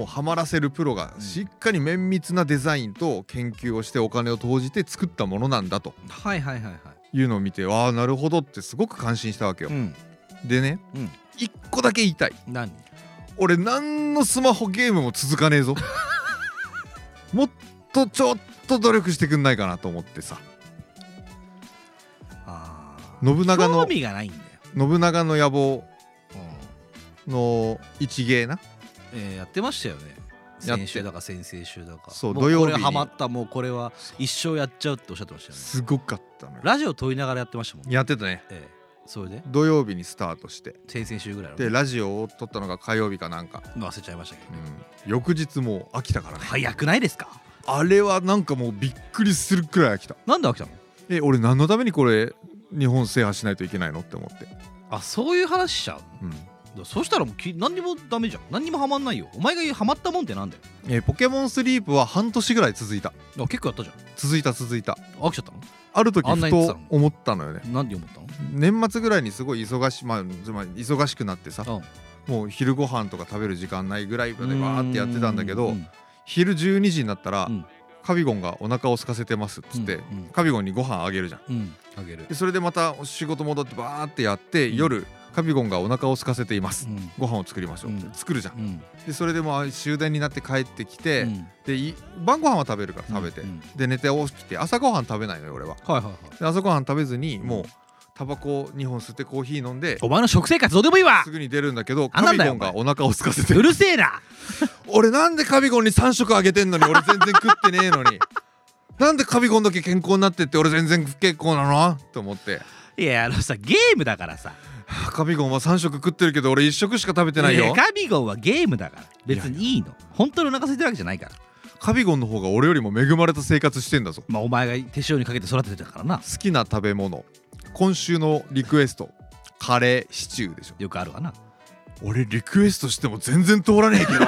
Speaker 2: も
Speaker 1: うハマらせるプロが
Speaker 2: うん
Speaker 1: しっかり綿密なデザインと研究をしてお金を投じて作ったものなんだと
Speaker 2: うんはいはいはいは
Speaker 1: いうのを見てああなるほどってすごく感心したわけよ
Speaker 2: い、ん
Speaker 1: でね
Speaker 2: うん
Speaker 1: 一個だけ言いたい
Speaker 2: 何
Speaker 1: 俺何のスマホゲームも続かねえ ぞもっとちょっと努力してくんないかなと思ってさ
Speaker 2: あー
Speaker 1: 信長
Speaker 2: 興
Speaker 1: の
Speaker 2: 味がないんだよ、
Speaker 1: 信長の野望
Speaker 2: うん
Speaker 1: の一芸な
Speaker 2: えーやってましたよね
Speaker 1: やって
Speaker 2: 先週だか先々週だか
Speaker 1: そう
Speaker 2: もう
Speaker 1: 土曜日に
Speaker 2: これハマったもうこれは一生やっちゃうっておっしゃってましたよね
Speaker 1: すごかったのよ
Speaker 2: ラジオ問いながらやってましたもんね、
Speaker 1: やってたね
Speaker 2: ええそれで
Speaker 1: 土曜日にスタートして
Speaker 2: 先々週ぐらいの
Speaker 1: でラジオを撮ったのが火曜日かなんか、
Speaker 2: 忘れちゃいましたけど、
Speaker 1: うん、翌日もう飽きたからね
Speaker 2: 早くないですか
Speaker 1: あれはなんかもうびっくりするくらい飽きた
Speaker 2: なんで飽きたの
Speaker 3: え俺何のためにこれ日本制覇しないといけないのって思って、
Speaker 2: あそういう話しちゃう
Speaker 3: うん
Speaker 2: だそしたらもうき何にもダメじゃん何にもハマんないよお前がハマったもんってなんだよ
Speaker 3: えーポケモンスリープは半年ぐらい続いた
Speaker 2: あ結構やったじゃん
Speaker 3: 続いた続いた
Speaker 2: 飽きちゃったの
Speaker 3: ある時
Speaker 2: あんな
Speaker 3: ふ
Speaker 2: に言って
Speaker 3: と
Speaker 2: たの
Speaker 3: 思ったのよね
Speaker 2: 何で思ったの
Speaker 3: 年末ぐらいにすごい忙し,、まあ、つまり忙しくなってさ、
Speaker 2: うん
Speaker 3: もう昼ご飯とか食べる時間ないぐらいまでバーってやってたんだけど、
Speaker 2: ううん
Speaker 3: 昼12時になったら、
Speaker 2: うん
Speaker 3: カビゴンがお腹を空かせてますっつっ
Speaker 2: う
Speaker 3: て、
Speaker 2: んうん
Speaker 3: カビゴンにご飯あげるじゃん
Speaker 2: うんあげる
Speaker 3: でそれでまた仕事戻ってバーってやって、
Speaker 2: うん
Speaker 3: 夜カビゴンがお腹を空かせています、
Speaker 2: うん
Speaker 3: ご飯を作りましょうって、
Speaker 2: うん
Speaker 3: 作るじゃん
Speaker 2: うん
Speaker 3: でそれでもう終電になって帰ってきて、
Speaker 2: うん
Speaker 3: でい晩ご飯は食べるから食べて、
Speaker 2: うんうん
Speaker 3: で寝て起きて朝ごはん食べないのよ俺は
Speaker 2: はいはいはい
Speaker 3: で朝ごはん食べずにもうタバコ2本吸ってコーヒー飲んで
Speaker 2: お前の食生活どうでもいいわ
Speaker 3: すぐに出るんだけど
Speaker 2: あ
Speaker 3: カ
Speaker 2: なん
Speaker 3: ビ
Speaker 2: だ
Speaker 3: ゴ
Speaker 2: よ
Speaker 3: ンがお腹を空かせ て
Speaker 2: うるせえな
Speaker 3: 俺なんでカビゴンに3食あげてんのに俺全然食ってねえのになんでカビゴンだけ健康になってって俺全然不健康なのと思って
Speaker 2: いやあのさゲームだからさ
Speaker 3: はあカビゴンは3食食ってるけど俺1食しか食べてない
Speaker 2: い
Speaker 3: よ
Speaker 2: やカビゴンはゲームだから別にいいの本当にお腹空いてるわけじゃないから
Speaker 3: カビゴンの方が俺よりも恵まれた生活してんだぞ
Speaker 2: まあお前が手塩にかけて育ててたからな
Speaker 3: 好きな食べ物今週のリクエストカレーシチューでしょ
Speaker 2: よくあるわな
Speaker 3: 俺リクエストしても全然通らねえ けど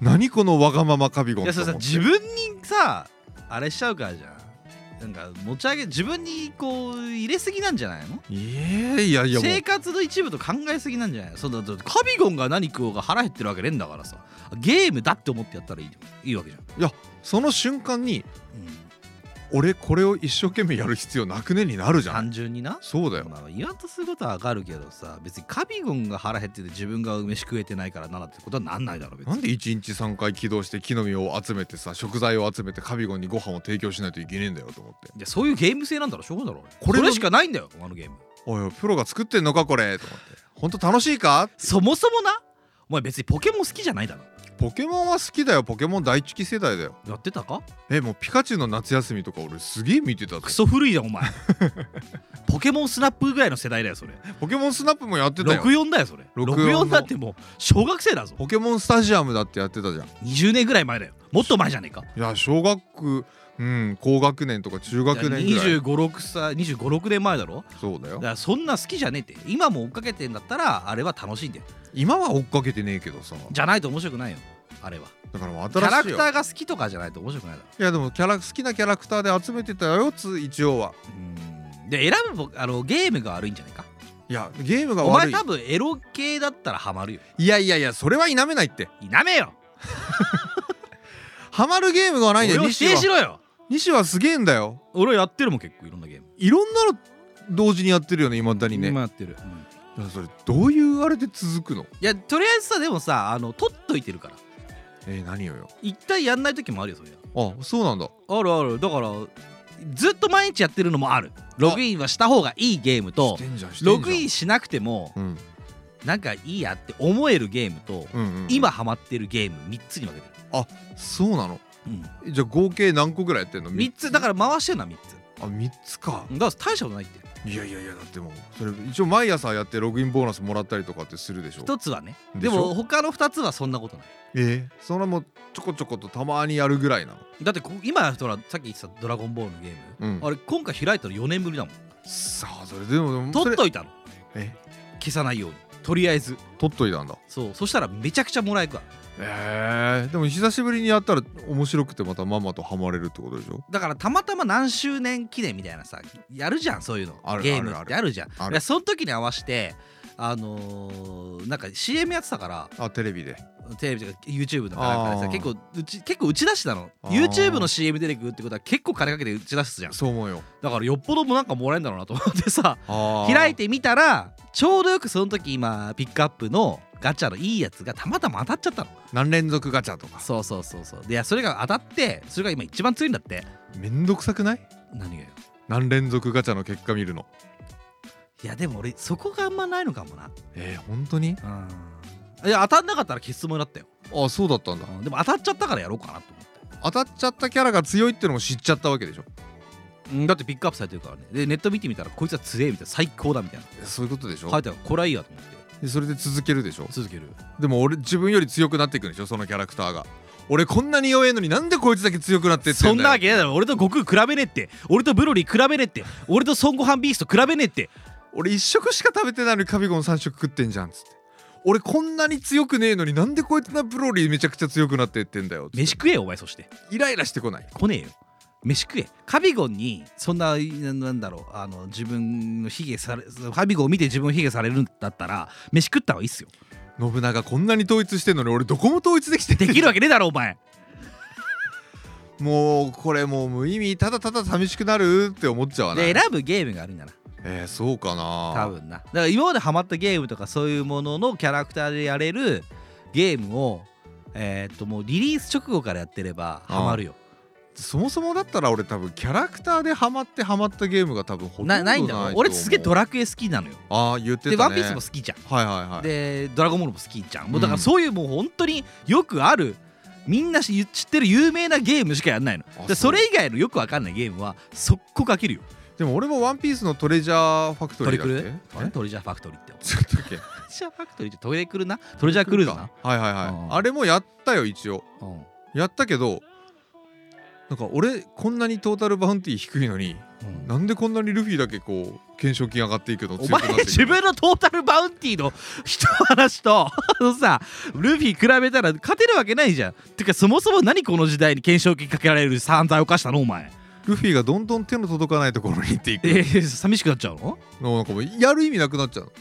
Speaker 3: 何このわがままカビゴン
Speaker 2: い
Speaker 3: と
Speaker 2: やそ
Speaker 3: 思
Speaker 2: れ
Speaker 3: って
Speaker 2: さ自分にさあれしちゃうからじゃんなんか持ち上げ自分にこう入れすぎなんじゃないの
Speaker 3: いやいやいやもう
Speaker 2: 生活の一部と考えすぎなんじゃないのそんなだってカビゴンが何食おうが腹減ってるわけねえんだからさゲームだって思ってやったらいいじゃんいいわけじゃん、
Speaker 3: その瞬間に俺これを一生懸命やる必要なくねになるじゃん
Speaker 2: 単純にな
Speaker 3: そうだよ
Speaker 2: まあ、言わんとすることはわかるけどさ別にカビゴンが腹減ってて自分が飯食えてないからならってことはなんないだろ別
Speaker 3: なん
Speaker 2: に
Speaker 3: で1日3回起動して木の実を集めてさ食材を集めてカビゴンにご飯を提供しないといけねえんだよと思って
Speaker 2: いやそういうゲーム性なんだろしょうがないだろ
Speaker 3: こ
Speaker 2: こ
Speaker 3: れ
Speaker 2: れ
Speaker 3: の
Speaker 2: それしかないんだよあのゲーム
Speaker 3: おいプロが作ってんのかこれと思ってほんと楽しいか
Speaker 2: そもそもなお前別にポケモン好きじゃないだろ
Speaker 3: ポケモンは好きだよポケモン第一期世代だよ
Speaker 2: やってたか
Speaker 3: えもうピカチュウの夏休みとか俺すげえ見てたぞ
Speaker 2: クソ古いじ ゃんお前ポケモンスナップぐらいの世代だよそれ
Speaker 3: ポケモンスナップもやってたよ
Speaker 2: 64だよそれ
Speaker 3: 64
Speaker 2: 64だってもう小学生だぞ
Speaker 3: ポケモンスタジアムだってやってたじゃん
Speaker 2: 20年ぐらい前だよもっと前じゃねえか
Speaker 3: いや小学うん高学年とか中学年ぐらい
Speaker 2: 2 5 6歳2 5 6年前だろ
Speaker 3: そうだ
Speaker 2: だ
Speaker 3: よ
Speaker 2: からそんな好きじゃねえって今も追っかけてんだったらあれは楽しいんだよ
Speaker 3: 今は追っかけてねえけどさ
Speaker 2: じゃないと面白くないよあれは
Speaker 3: だからもう
Speaker 2: キャ
Speaker 3: 新
Speaker 2: ラ
Speaker 3: しい
Speaker 2: ク
Speaker 3: よ
Speaker 2: ターが好きとかじゃないと面白くないだろ
Speaker 3: いやでもキャラ好きなキャラクターで集めてたよつ一応は
Speaker 2: うんで選ぶぼあのゲームが悪いんじゃないか
Speaker 3: いやゲームが
Speaker 2: お前
Speaker 3: 悪い
Speaker 2: 多分エロ系だったらハマるよ
Speaker 3: いやいやいやそれは否めないって
Speaker 2: 否めよ
Speaker 3: ハマるゲームがないん
Speaker 2: 俺
Speaker 3: だよ
Speaker 2: を否
Speaker 3: 西
Speaker 2: 定し
Speaker 3: は
Speaker 2: ろよ
Speaker 3: 西はすげえんだよ
Speaker 2: 俺やってるもん結構いろんなゲーム
Speaker 3: いろんなの同時にやってるよねいまだにね、
Speaker 2: 今やってる、うん
Speaker 3: いやそれどういうあれで続くの
Speaker 2: いやとりあえずさでもさあの取っといてるから
Speaker 3: えー、何をよ
Speaker 2: 一回やんない時もあるよそりゃ
Speaker 3: あそうなんだ
Speaker 2: あるあるだからずっと毎日やってるのもあるログインはした方がいいゲームと
Speaker 3: してんじゃんしてんじゃん
Speaker 2: ログインしなくても
Speaker 3: うん
Speaker 2: なんかいいやって思えるゲームと、
Speaker 3: うんうんうん
Speaker 2: 今ハマってるゲーム3つに分けて
Speaker 3: そうなの
Speaker 2: る、
Speaker 3: じゃあ合計何個ぐらいやってんの
Speaker 2: 3つだから回してるのは3つ
Speaker 3: あ3つか
Speaker 2: だから大したことないって
Speaker 3: いやいやいやだってもうそれ一応毎朝やってログインボーナスもらったりとかってするでしょ
Speaker 2: 1つはねで
Speaker 3: でしょ
Speaker 2: も他の2つはそんなことない
Speaker 3: えー、そんなもうちょこちょことたまにやるぐらいなの
Speaker 2: だってこ今ほらさっき言ってた「ドラゴンボール」のゲーム、
Speaker 3: うん
Speaker 2: あれ今回開いたの4年ぶりだもん
Speaker 3: さあそれでもそ
Speaker 2: 取
Speaker 3: れ
Speaker 2: っといたの
Speaker 3: え
Speaker 2: 消さないようにとりあえず
Speaker 3: 取っといたんだ
Speaker 2: そうそしたらめちゃくちゃもらえるから
Speaker 3: えー、でも久しぶりにやったら面白くてまたママとハマれるってことでしょ
Speaker 2: だからたまたま何周年記念みたいなさやるじゃんそういうの
Speaker 3: ある
Speaker 2: ゲームってあるじゃん
Speaker 3: あ
Speaker 2: い
Speaker 3: る
Speaker 2: やその時に合わせてあのーなんか CM やってたから
Speaker 3: あテレビで
Speaker 2: テレビとか YouTube とかなんかで
Speaker 3: あー
Speaker 2: さ結構うち結構打ち出しなの
Speaker 3: あー
Speaker 2: YouTube の CM 出てくるってことは結構金かけて打ち出すじゃん
Speaker 3: そう思うよ
Speaker 2: だからよっぽどもなんかもらえるんだろうなと思って さ
Speaker 3: あー
Speaker 2: 開いてみたらちょうどよくその時今ピックアップのガチャのいいやつがたまたま当たっちゃったの
Speaker 3: 何連続ガチャとか
Speaker 2: そうそうそうそうでいやそれが当たってそれが今一番強いんだって
Speaker 3: めんどくさくない
Speaker 2: 何がよ
Speaker 3: 何連続ガチャの結果見るの
Speaker 2: いやでも俺そこがあんまないのかもな
Speaker 3: えー、本当に
Speaker 2: いや当たんなかったら消すつもりだったよ、
Speaker 3: あそうだったんだ
Speaker 2: でも当たっちゃったからやろうかなと思っ
Speaker 3: 当たっちゃったキャラが強いってのも知っちゃったわけでしょ
Speaker 2: て、だってピックアップされてるからねでネット見てみたらこいつは強えみたいな最高だみたいな
Speaker 3: そういうことでしょ
Speaker 2: 書いてあるこれはいいやと思って
Speaker 3: でそれで続けるでしょ
Speaker 2: 続ける
Speaker 3: でも俺自分より強くなっていくんでしょそのキャラクターが俺こんなに弱えのになんでこいつだけ強くなってって
Speaker 4: そんなわ
Speaker 3: け
Speaker 4: けないだろ俺と悟空比べねえって俺とブロリー比べねえって俺と孫悟飯ビースト比べねえって
Speaker 3: 俺一食しか食べてないのにカビゴン3食食ってんじゃんっつって俺こんなに強くねえのになんでこいつなブロリーめちゃくちゃ強くなってってんだよっつって
Speaker 4: 飯食えよお前そして
Speaker 3: イライラしてこない
Speaker 4: 来ねえよ飯食えカビゴンにそんななんだろうあの自分の卑下されカビゴンを見て自分を卑下されるんだったら飯食った方がいいっすよ
Speaker 3: 信長こんなに統一してんのに俺どこも統一できて
Speaker 4: できるわけねえだろお前
Speaker 3: もうこれもう無意味ただただ寂しくなるって思っちゃわな
Speaker 4: で
Speaker 3: え
Speaker 4: 選ぶゲームがあるんだな
Speaker 3: ー、そうかな
Speaker 4: 多分なだから今までハマったゲームとかそういうもののキャラクターでやれるゲームをえーっともうリリース直後からやってればハマるよ
Speaker 3: そもそもだったら俺多分キャラクターでハマってハマったゲームが多分ほとんどな
Speaker 4: ないないんだもん俺すげえド
Speaker 3: ラ
Speaker 4: ラクエ好きなのよ
Speaker 3: ああ言ってたね
Speaker 4: でワンピースも好きじゃん
Speaker 3: はいはいはい
Speaker 4: で「ドラゴンボール」も好きじゃんもうだか
Speaker 3: うん
Speaker 4: らそういうもう本当によくあるみんなし知ってる有名なゲームしかやんないの
Speaker 3: あ
Speaker 4: で
Speaker 3: そ
Speaker 4: そうれ以外のよくわかんないゲームは速攻かけるよ
Speaker 3: でも俺もワンピースのトレジャーファクト
Speaker 4: ト
Speaker 3: リ
Speaker 4: リ
Speaker 3: ー
Speaker 4: ク
Speaker 3: だっけ
Speaker 4: ル
Speaker 3: え
Speaker 4: トレジャーファクトリーってトレ
Speaker 3: ちょっとだっけ
Speaker 4: ジャーファクトリーってトレクルなトレジャークルーズな
Speaker 3: はいはいはい、
Speaker 4: うん
Speaker 3: あれもやったよ一応
Speaker 4: うん
Speaker 3: やったけどなんか俺こんなにトータルバウンティー低いのに
Speaker 4: うん
Speaker 3: なんでこんなにルフィだけこう懸賞金上がっていくの
Speaker 4: お
Speaker 3: 強くな
Speaker 4: 前
Speaker 3: っていくの
Speaker 4: 自分のトータルバウンティーの人の話とあのさルフィ比べたら勝てるわけないじゃんてかそもそも何この時代に懸賞金かけられる散罪を犯したのお前
Speaker 3: ルフィがどんどん手の届かないところに行っていく
Speaker 4: えー寂しくなっちゃうの
Speaker 3: のなんかもうやる意味なくなっちゃうの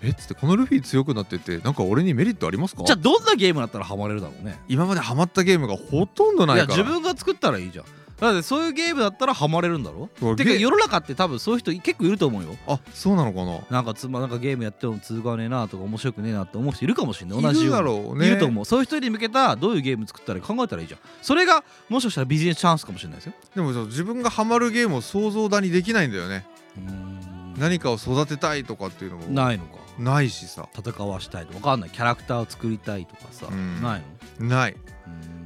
Speaker 3: えっつってこのルフィ強くなっててなんか俺にメリットありますか
Speaker 4: じゃあどんなゲームだったらハマれるだろうね
Speaker 3: 今までハマったゲームがほとんどないい
Speaker 4: や
Speaker 3: から
Speaker 4: 自分が作ったらいいじゃんだってそういうゲームだったらハマれるんだろ
Speaker 3: うわ
Speaker 4: てか
Speaker 3: ゲ
Speaker 4: 世の中って多分そういう人結構いると思うよ
Speaker 3: あそうなのかな
Speaker 4: なんかつまなんかゲームやっても続かねえなとか面白くねえなって思う人いるかもしれない同
Speaker 3: い
Speaker 4: じ
Speaker 3: る
Speaker 4: よ
Speaker 3: だ
Speaker 4: うに
Speaker 3: ろうね
Speaker 4: いると思うそういう人に向けたどういうゲーム作ったら考えたらいいじゃんそれがもしかしたらビジネスチャンスかもしれないですよ
Speaker 3: でもちょっと自分がハマるゲームを想像だにできないんだよね何かを育てたいとかっていうのも
Speaker 4: ないのか
Speaker 3: ないしさ
Speaker 4: 戦わしたいとかわかんないキャラクターを作りたいとかさ
Speaker 3: うん
Speaker 4: ないの
Speaker 3: ない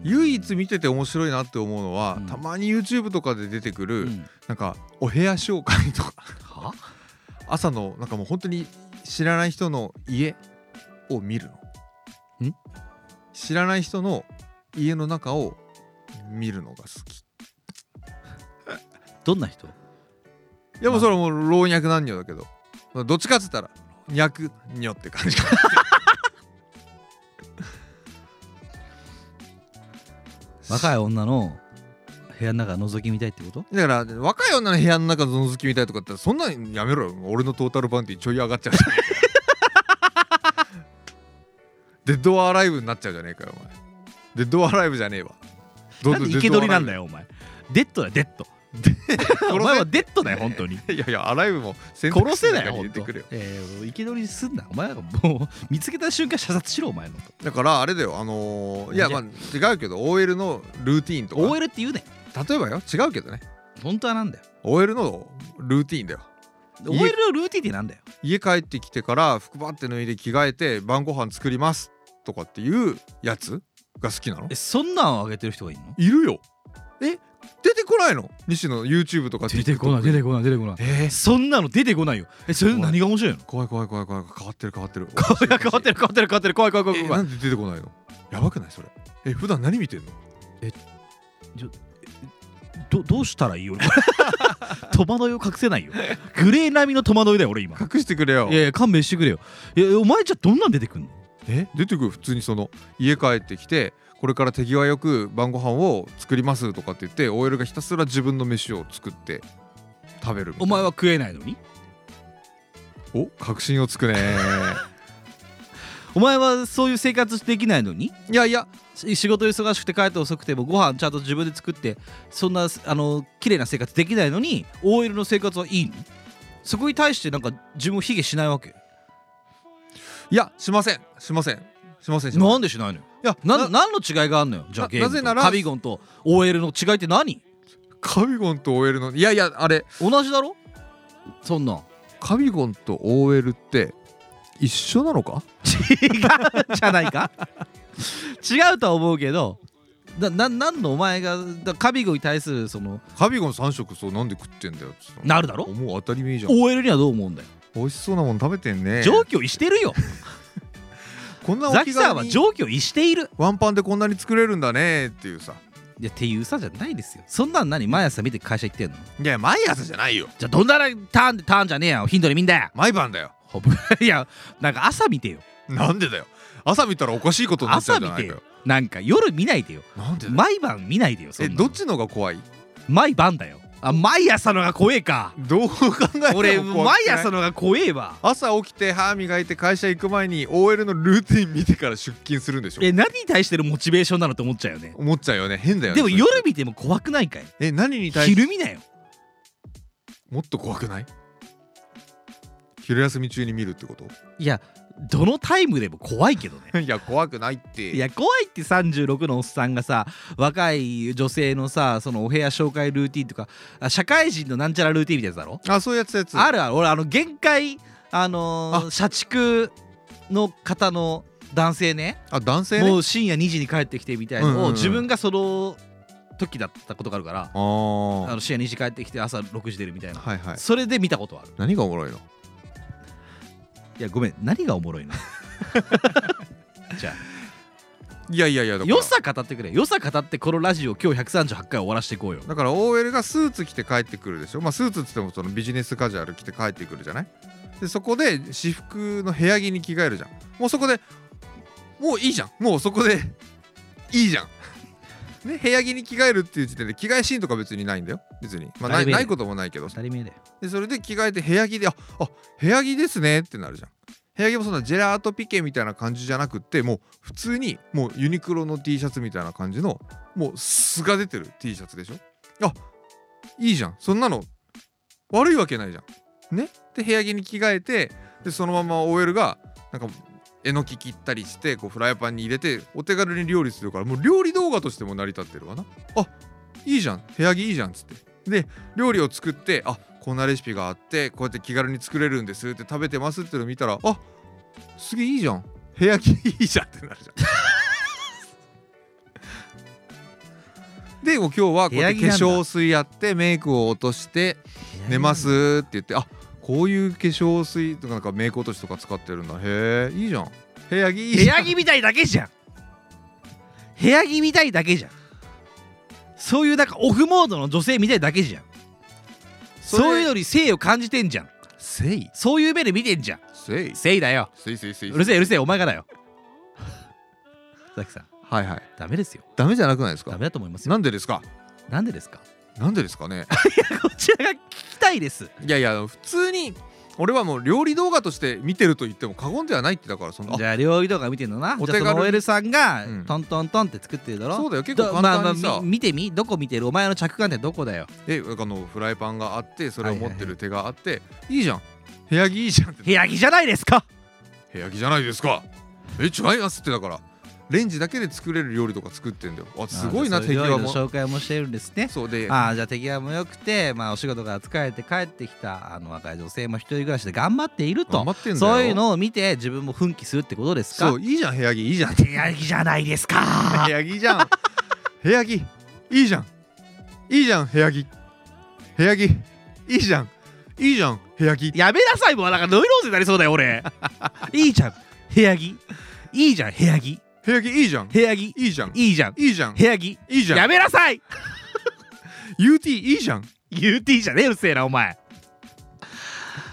Speaker 3: 唯一見てて面白いなって思うのは、
Speaker 4: うん
Speaker 3: たまに YouTube とかで出てくる、
Speaker 4: うん
Speaker 3: なんかお部屋紹介とか
Speaker 4: は
Speaker 3: 朝のなんかもう本当に知らない人の家を見るの
Speaker 4: ん
Speaker 3: 知らない人の家の中を見るのが好き
Speaker 4: どんな人
Speaker 3: いやもうそれはもう老若男女だけどどっちかっつったら若女って感じかな
Speaker 4: 若い女の部屋の中覗き見たいってこと
Speaker 3: だから若い女の部屋の中の覗きみたいとかってそんなんやめろよ俺のトータルバウンティーちょい上がっちゃうじゃね えかデッドアライブになっちゃうじゃねえかよお前デッドアライブじゃねえわど
Speaker 4: なんで生け捕りなんだ
Speaker 3: よ
Speaker 4: よお前デッドだよデッ ドお前はデッドだよ本当に
Speaker 3: いやいやアライブも選択
Speaker 4: 殺
Speaker 3: 肢
Speaker 4: せ
Speaker 3: の
Speaker 4: ない
Speaker 3: 中
Speaker 4: よ本
Speaker 3: に入れて
Speaker 4: 当
Speaker 3: くれよ
Speaker 4: えー 生け捕りすんなお前なんかもう見つけた瞬間射殺しろお前のと
Speaker 3: だからあれだよあのーいやまあ違うけど OL のルーティーンとか
Speaker 4: OL って言うね
Speaker 3: 例えばよ違うけどね
Speaker 4: 本当はなんだよ
Speaker 3: OL のルーティーンだよ
Speaker 4: OL のルーティンってなんだよ
Speaker 3: 家帰ってきてから服ばって脱いで着替えて晩ご飯作りますとかっていうやつが好きなの
Speaker 4: えそんなんあげてる人がいるの
Speaker 3: いるよえ出てこないの西野の YouTube とか
Speaker 4: 出てこない出てこない
Speaker 3: えー
Speaker 4: そんなの出てこないよえそれ何が面白いの
Speaker 3: 怖い怖い怖い怖い変わってる変わ ってる
Speaker 4: いや変わってる変わってる変わってる怖い怖い怖い
Speaker 3: え
Speaker 4: 怖
Speaker 3: ないんで出てこないのやばくないそれえ普段何見てんの
Speaker 4: どどうしたらいい よ戸惑いを隠せないよグレー並みの戸惑いだよ俺今
Speaker 3: 隠してくれよ
Speaker 4: いやいや勘弁してくれよいやお前じゃあどんなん出てくんの
Speaker 3: え出てくる普通にその家帰ってきてこれから手際よく晩ご飯を作りますとかって言って OL がひたすら自分の飯を作って食べるみた
Speaker 4: お
Speaker 3: いな
Speaker 4: 前は食えないのに
Speaker 3: お確信をつくね
Speaker 4: お前はそういう生活できないのに
Speaker 3: いやいや
Speaker 4: し仕事忙しくて帰って遅くてもご飯ちゃんと自分で作ってそんなあの綺麗な生活できないのに OL の生活はいいのそこに対してなんか自分を卑下しないわけ
Speaker 3: いやしませんしませんしませんしません
Speaker 4: なんでしないのよ
Speaker 3: いや
Speaker 4: な
Speaker 3: な
Speaker 4: 何の違いがあんのよじゃあ
Speaker 3: な
Speaker 4: ゲーム
Speaker 3: なぜ
Speaker 4: と
Speaker 3: なら
Speaker 4: カビゴンと OL の違いって何
Speaker 3: カビゴンと OL のいやいやあれ
Speaker 4: 同じだろそんなん
Speaker 3: カビゴンと OL って一緒なのか
Speaker 4: 違うじゃない か違うとは思うけどなな何のお前がだカビゴンに対するその
Speaker 3: カビゴン3食そうなんで食ってんだよっつったの
Speaker 4: なるだろ
Speaker 3: もう当たり前じゃん
Speaker 4: OL にはどう思うんだよ
Speaker 3: 美味しそうなもん食べてんね
Speaker 4: 上京してるよ
Speaker 1: こんなお
Speaker 4: ザ
Speaker 1: 気
Speaker 4: キさん
Speaker 1: 軽
Speaker 4: は
Speaker 1: に
Speaker 4: 上記を逸している
Speaker 1: ワンパンでこんなに作れるんだねっていうさ
Speaker 4: いやっていうさじゃないですよそんなん何毎朝見て会社行ってんの
Speaker 1: いや毎朝じゃないよ
Speaker 4: じゃあどんならターンでターンじゃねえや頻度で見んだよ
Speaker 1: 毎晩だよ
Speaker 4: ほぶ いやなんか朝見てよ
Speaker 1: なんでだよ朝見たらおかしいことになっちゃう
Speaker 4: 朝
Speaker 1: じゃ
Speaker 4: 見
Speaker 1: な
Speaker 4: て
Speaker 1: いか
Speaker 4: よ
Speaker 1: よ
Speaker 4: なんか夜見ないでよ
Speaker 1: なんでだよ
Speaker 4: 毎晩見ないでよそん
Speaker 1: え
Speaker 4: なの
Speaker 1: どっちのが怖い
Speaker 4: 毎晩だよあ毎朝のが怖 えか
Speaker 1: どう考えても
Speaker 4: 俺
Speaker 1: 怖
Speaker 4: 毎
Speaker 1: くない
Speaker 4: 朝のが怖えわ
Speaker 1: 朝起きて歯磨いて会社行く前に OL のルーティン見てから出勤するんでしょ
Speaker 4: え何に対してのモチベーションなのって思っちゃうよね
Speaker 1: 思っちゃうよね変だよね
Speaker 4: でも
Speaker 1: それ
Speaker 4: 夜見ても怖くないかい
Speaker 1: え何に対して
Speaker 4: 昼見なよ
Speaker 1: もっと怖くない昼休み中に見るってこと
Speaker 4: いやどのタイムでも怖いけど ね
Speaker 1: いや怖く ないって
Speaker 4: いや怖いって36のおっさんがさ若い女性のさそのお部屋紹介ルーティンとかあ社会人のなんちゃらルーティンみたいなやつだろ
Speaker 1: あそういうやつやつ
Speaker 4: あるある俺あの限界あのー社畜の方の男性ね
Speaker 1: あ男性
Speaker 4: も
Speaker 1: ね
Speaker 4: う深夜2時に帰ってきてみたい
Speaker 1: うんう
Speaker 4: の
Speaker 1: んう
Speaker 4: を
Speaker 1: ん
Speaker 4: 自分がその時だったことがあるから
Speaker 1: あ
Speaker 4: あ
Speaker 1: ー
Speaker 4: の深夜2時帰ってきて朝6時出るみたいな
Speaker 1: はいはい
Speaker 4: それで見たことある
Speaker 1: 何がおもろいの
Speaker 4: いやごめん何がおもろい のじゃ
Speaker 1: いやいやいやだ
Speaker 4: あ
Speaker 1: から
Speaker 4: 良さ語ってくれ良さ語ってこのラジオ今日138回終わらしていこうよ
Speaker 1: だから OL がスーツ着て帰ってくるでしょまあスーツっつってもそのビジネスカジュアル着て帰ってくるじゃないでそこで私服の部屋着に着替えるじゃんもうそこでもういいじゃんもうそこで いいじゃんね部屋着に着替えるっていう時点で着替えシーンとか別にないんだよ別にまあな
Speaker 4: だい
Speaker 1: い
Speaker 4: ぶいいね
Speaker 1: ないこともないけど
Speaker 4: 当たり前だよ
Speaker 1: でそれで着替えて部屋着でああ部屋着ですねってなるじゃん部屋着もそんなジェラートピケみたいな感じじゃなくってもう普通にもうユニクロの T シャツみたいな感じのもう素が出てる T シャツでしょあいいじゃんそんなの悪いわけないじゃんねで部屋着に着替えてでそのまま OL がなんかえのき切ったりしてこうフライパンに入れてお手軽に料理するからもう料理動画としても成り立ってるわなあいいじゃん部屋着いいじゃんっつってで料理を作ってあこんなレシピがあってこうやって気軽に作れるんですって食べてますっての見たらあすげえいいじゃん部屋着いいじゃんってなるじゃんでもう今日はこうやって
Speaker 4: 部屋着なん
Speaker 1: 化
Speaker 4: だ
Speaker 1: 粧水やってメイクを落として寝ますって言ってあこういう化粧水とかなんかメイク落としとか使ってるんだへえいいじゃん部屋着いい
Speaker 4: 部
Speaker 1: じゃん
Speaker 4: 屋着みたいだけじゃん部屋着みたいだけじゃんそういうなんかオフモードの女性みたいだけじゃん
Speaker 1: それ
Speaker 4: そういうのに性を感じてんじゃん
Speaker 1: せい
Speaker 4: そういう目で見てんじゃん
Speaker 1: せい
Speaker 4: 性だよ
Speaker 1: せいせいせいう
Speaker 4: るせえうるせえお前がだよザキさん
Speaker 1: はいはい
Speaker 4: ダメですよ
Speaker 1: ダメじゃなくないです
Speaker 4: ダ
Speaker 1: か
Speaker 4: メだと思いますよ
Speaker 1: なんでですか
Speaker 4: なんでですか
Speaker 1: なんでですかね
Speaker 4: こちらが聞きたいです
Speaker 1: いやいや普通に俺はもう料理動画として見てると言っても過言ではないってだからその
Speaker 4: じゃあ料理動画見てんのな
Speaker 1: お
Speaker 4: お
Speaker 1: 手
Speaker 4: 手
Speaker 1: 軽に
Speaker 4: 軽 OL さんが
Speaker 1: うん
Speaker 4: トントントンって作ってるだろ
Speaker 1: そうだよ結構
Speaker 4: ど
Speaker 1: 簡単にさ
Speaker 4: まあまあみ見てみどこ見てるお前の着眼点どこだよ
Speaker 1: えあのフライパンがあってそれを持ってる手があって、いいじゃん部屋着いいじゃんって
Speaker 4: 部屋着じゃないですか
Speaker 1: 部屋着じゃないですかえ違いますってだからレンジだけで作れる料理とか作ってんだよあすごいな
Speaker 4: そう
Speaker 1: 手
Speaker 4: う料
Speaker 1: 際
Speaker 4: 理の
Speaker 1: も
Speaker 4: 紹介もしてるんですね
Speaker 1: そうで
Speaker 4: ああじゃあ手際も良くて、まあ、お仕事から疲れて帰ってきたあの若い女性も一人暮らしで頑張っている
Speaker 1: 頑
Speaker 4: と
Speaker 1: 張ってんだよ
Speaker 4: そういうのを見て自分も奮起するってことですか
Speaker 1: そういいじゃん部屋着いいじゃん
Speaker 4: 部屋着じゃないですか
Speaker 1: 部屋着じゃん部屋着いいじゃんいいじゃん部屋着部屋着いいじゃんいいじゃん部屋着
Speaker 4: やめなさいもうなんかノイローゼになりそうだよ俺 いいじゃん部屋着いいじゃん部屋着
Speaker 1: 部屋着いいじゃん
Speaker 4: 部屋着い
Speaker 1: いいじゃん
Speaker 4: いじゃん
Speaker 1: いいじゃん
Speaker 4: 部屋着
Speaker 1: いいじゃ
Speaker 4: や
Speaker 1: ん
Speaker 4: めなさい
Speaker 1: UT いいじゃん
Speaker 4: UT じゃねえうるせえなお前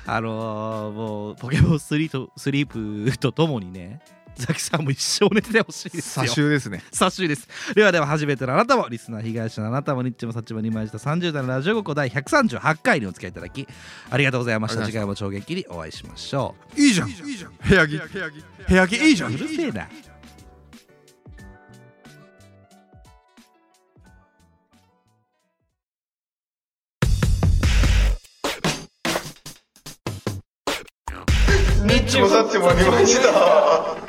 Speaker 4: あのー、もうポケモンスリーとスリープとともにねザキさんも一生寝ててほしいですよ
Speaker 1: 差しですね
Speaker 4: 察しいですではでは初めてのあなたもリスナー被害者のあなたもニッチもサッチも2枚した30代のラジオごっこ第138回にお付き合いいただきありがとうございました
Speaker 1: あり
Speaker 4: 次回も超激にお会いしましょ
Speaker 1: いいじゃん部屋着部屋着いいじゃ
Speaker 4: うんうるせえな
Speaker 6: ニッチもサッチもありました。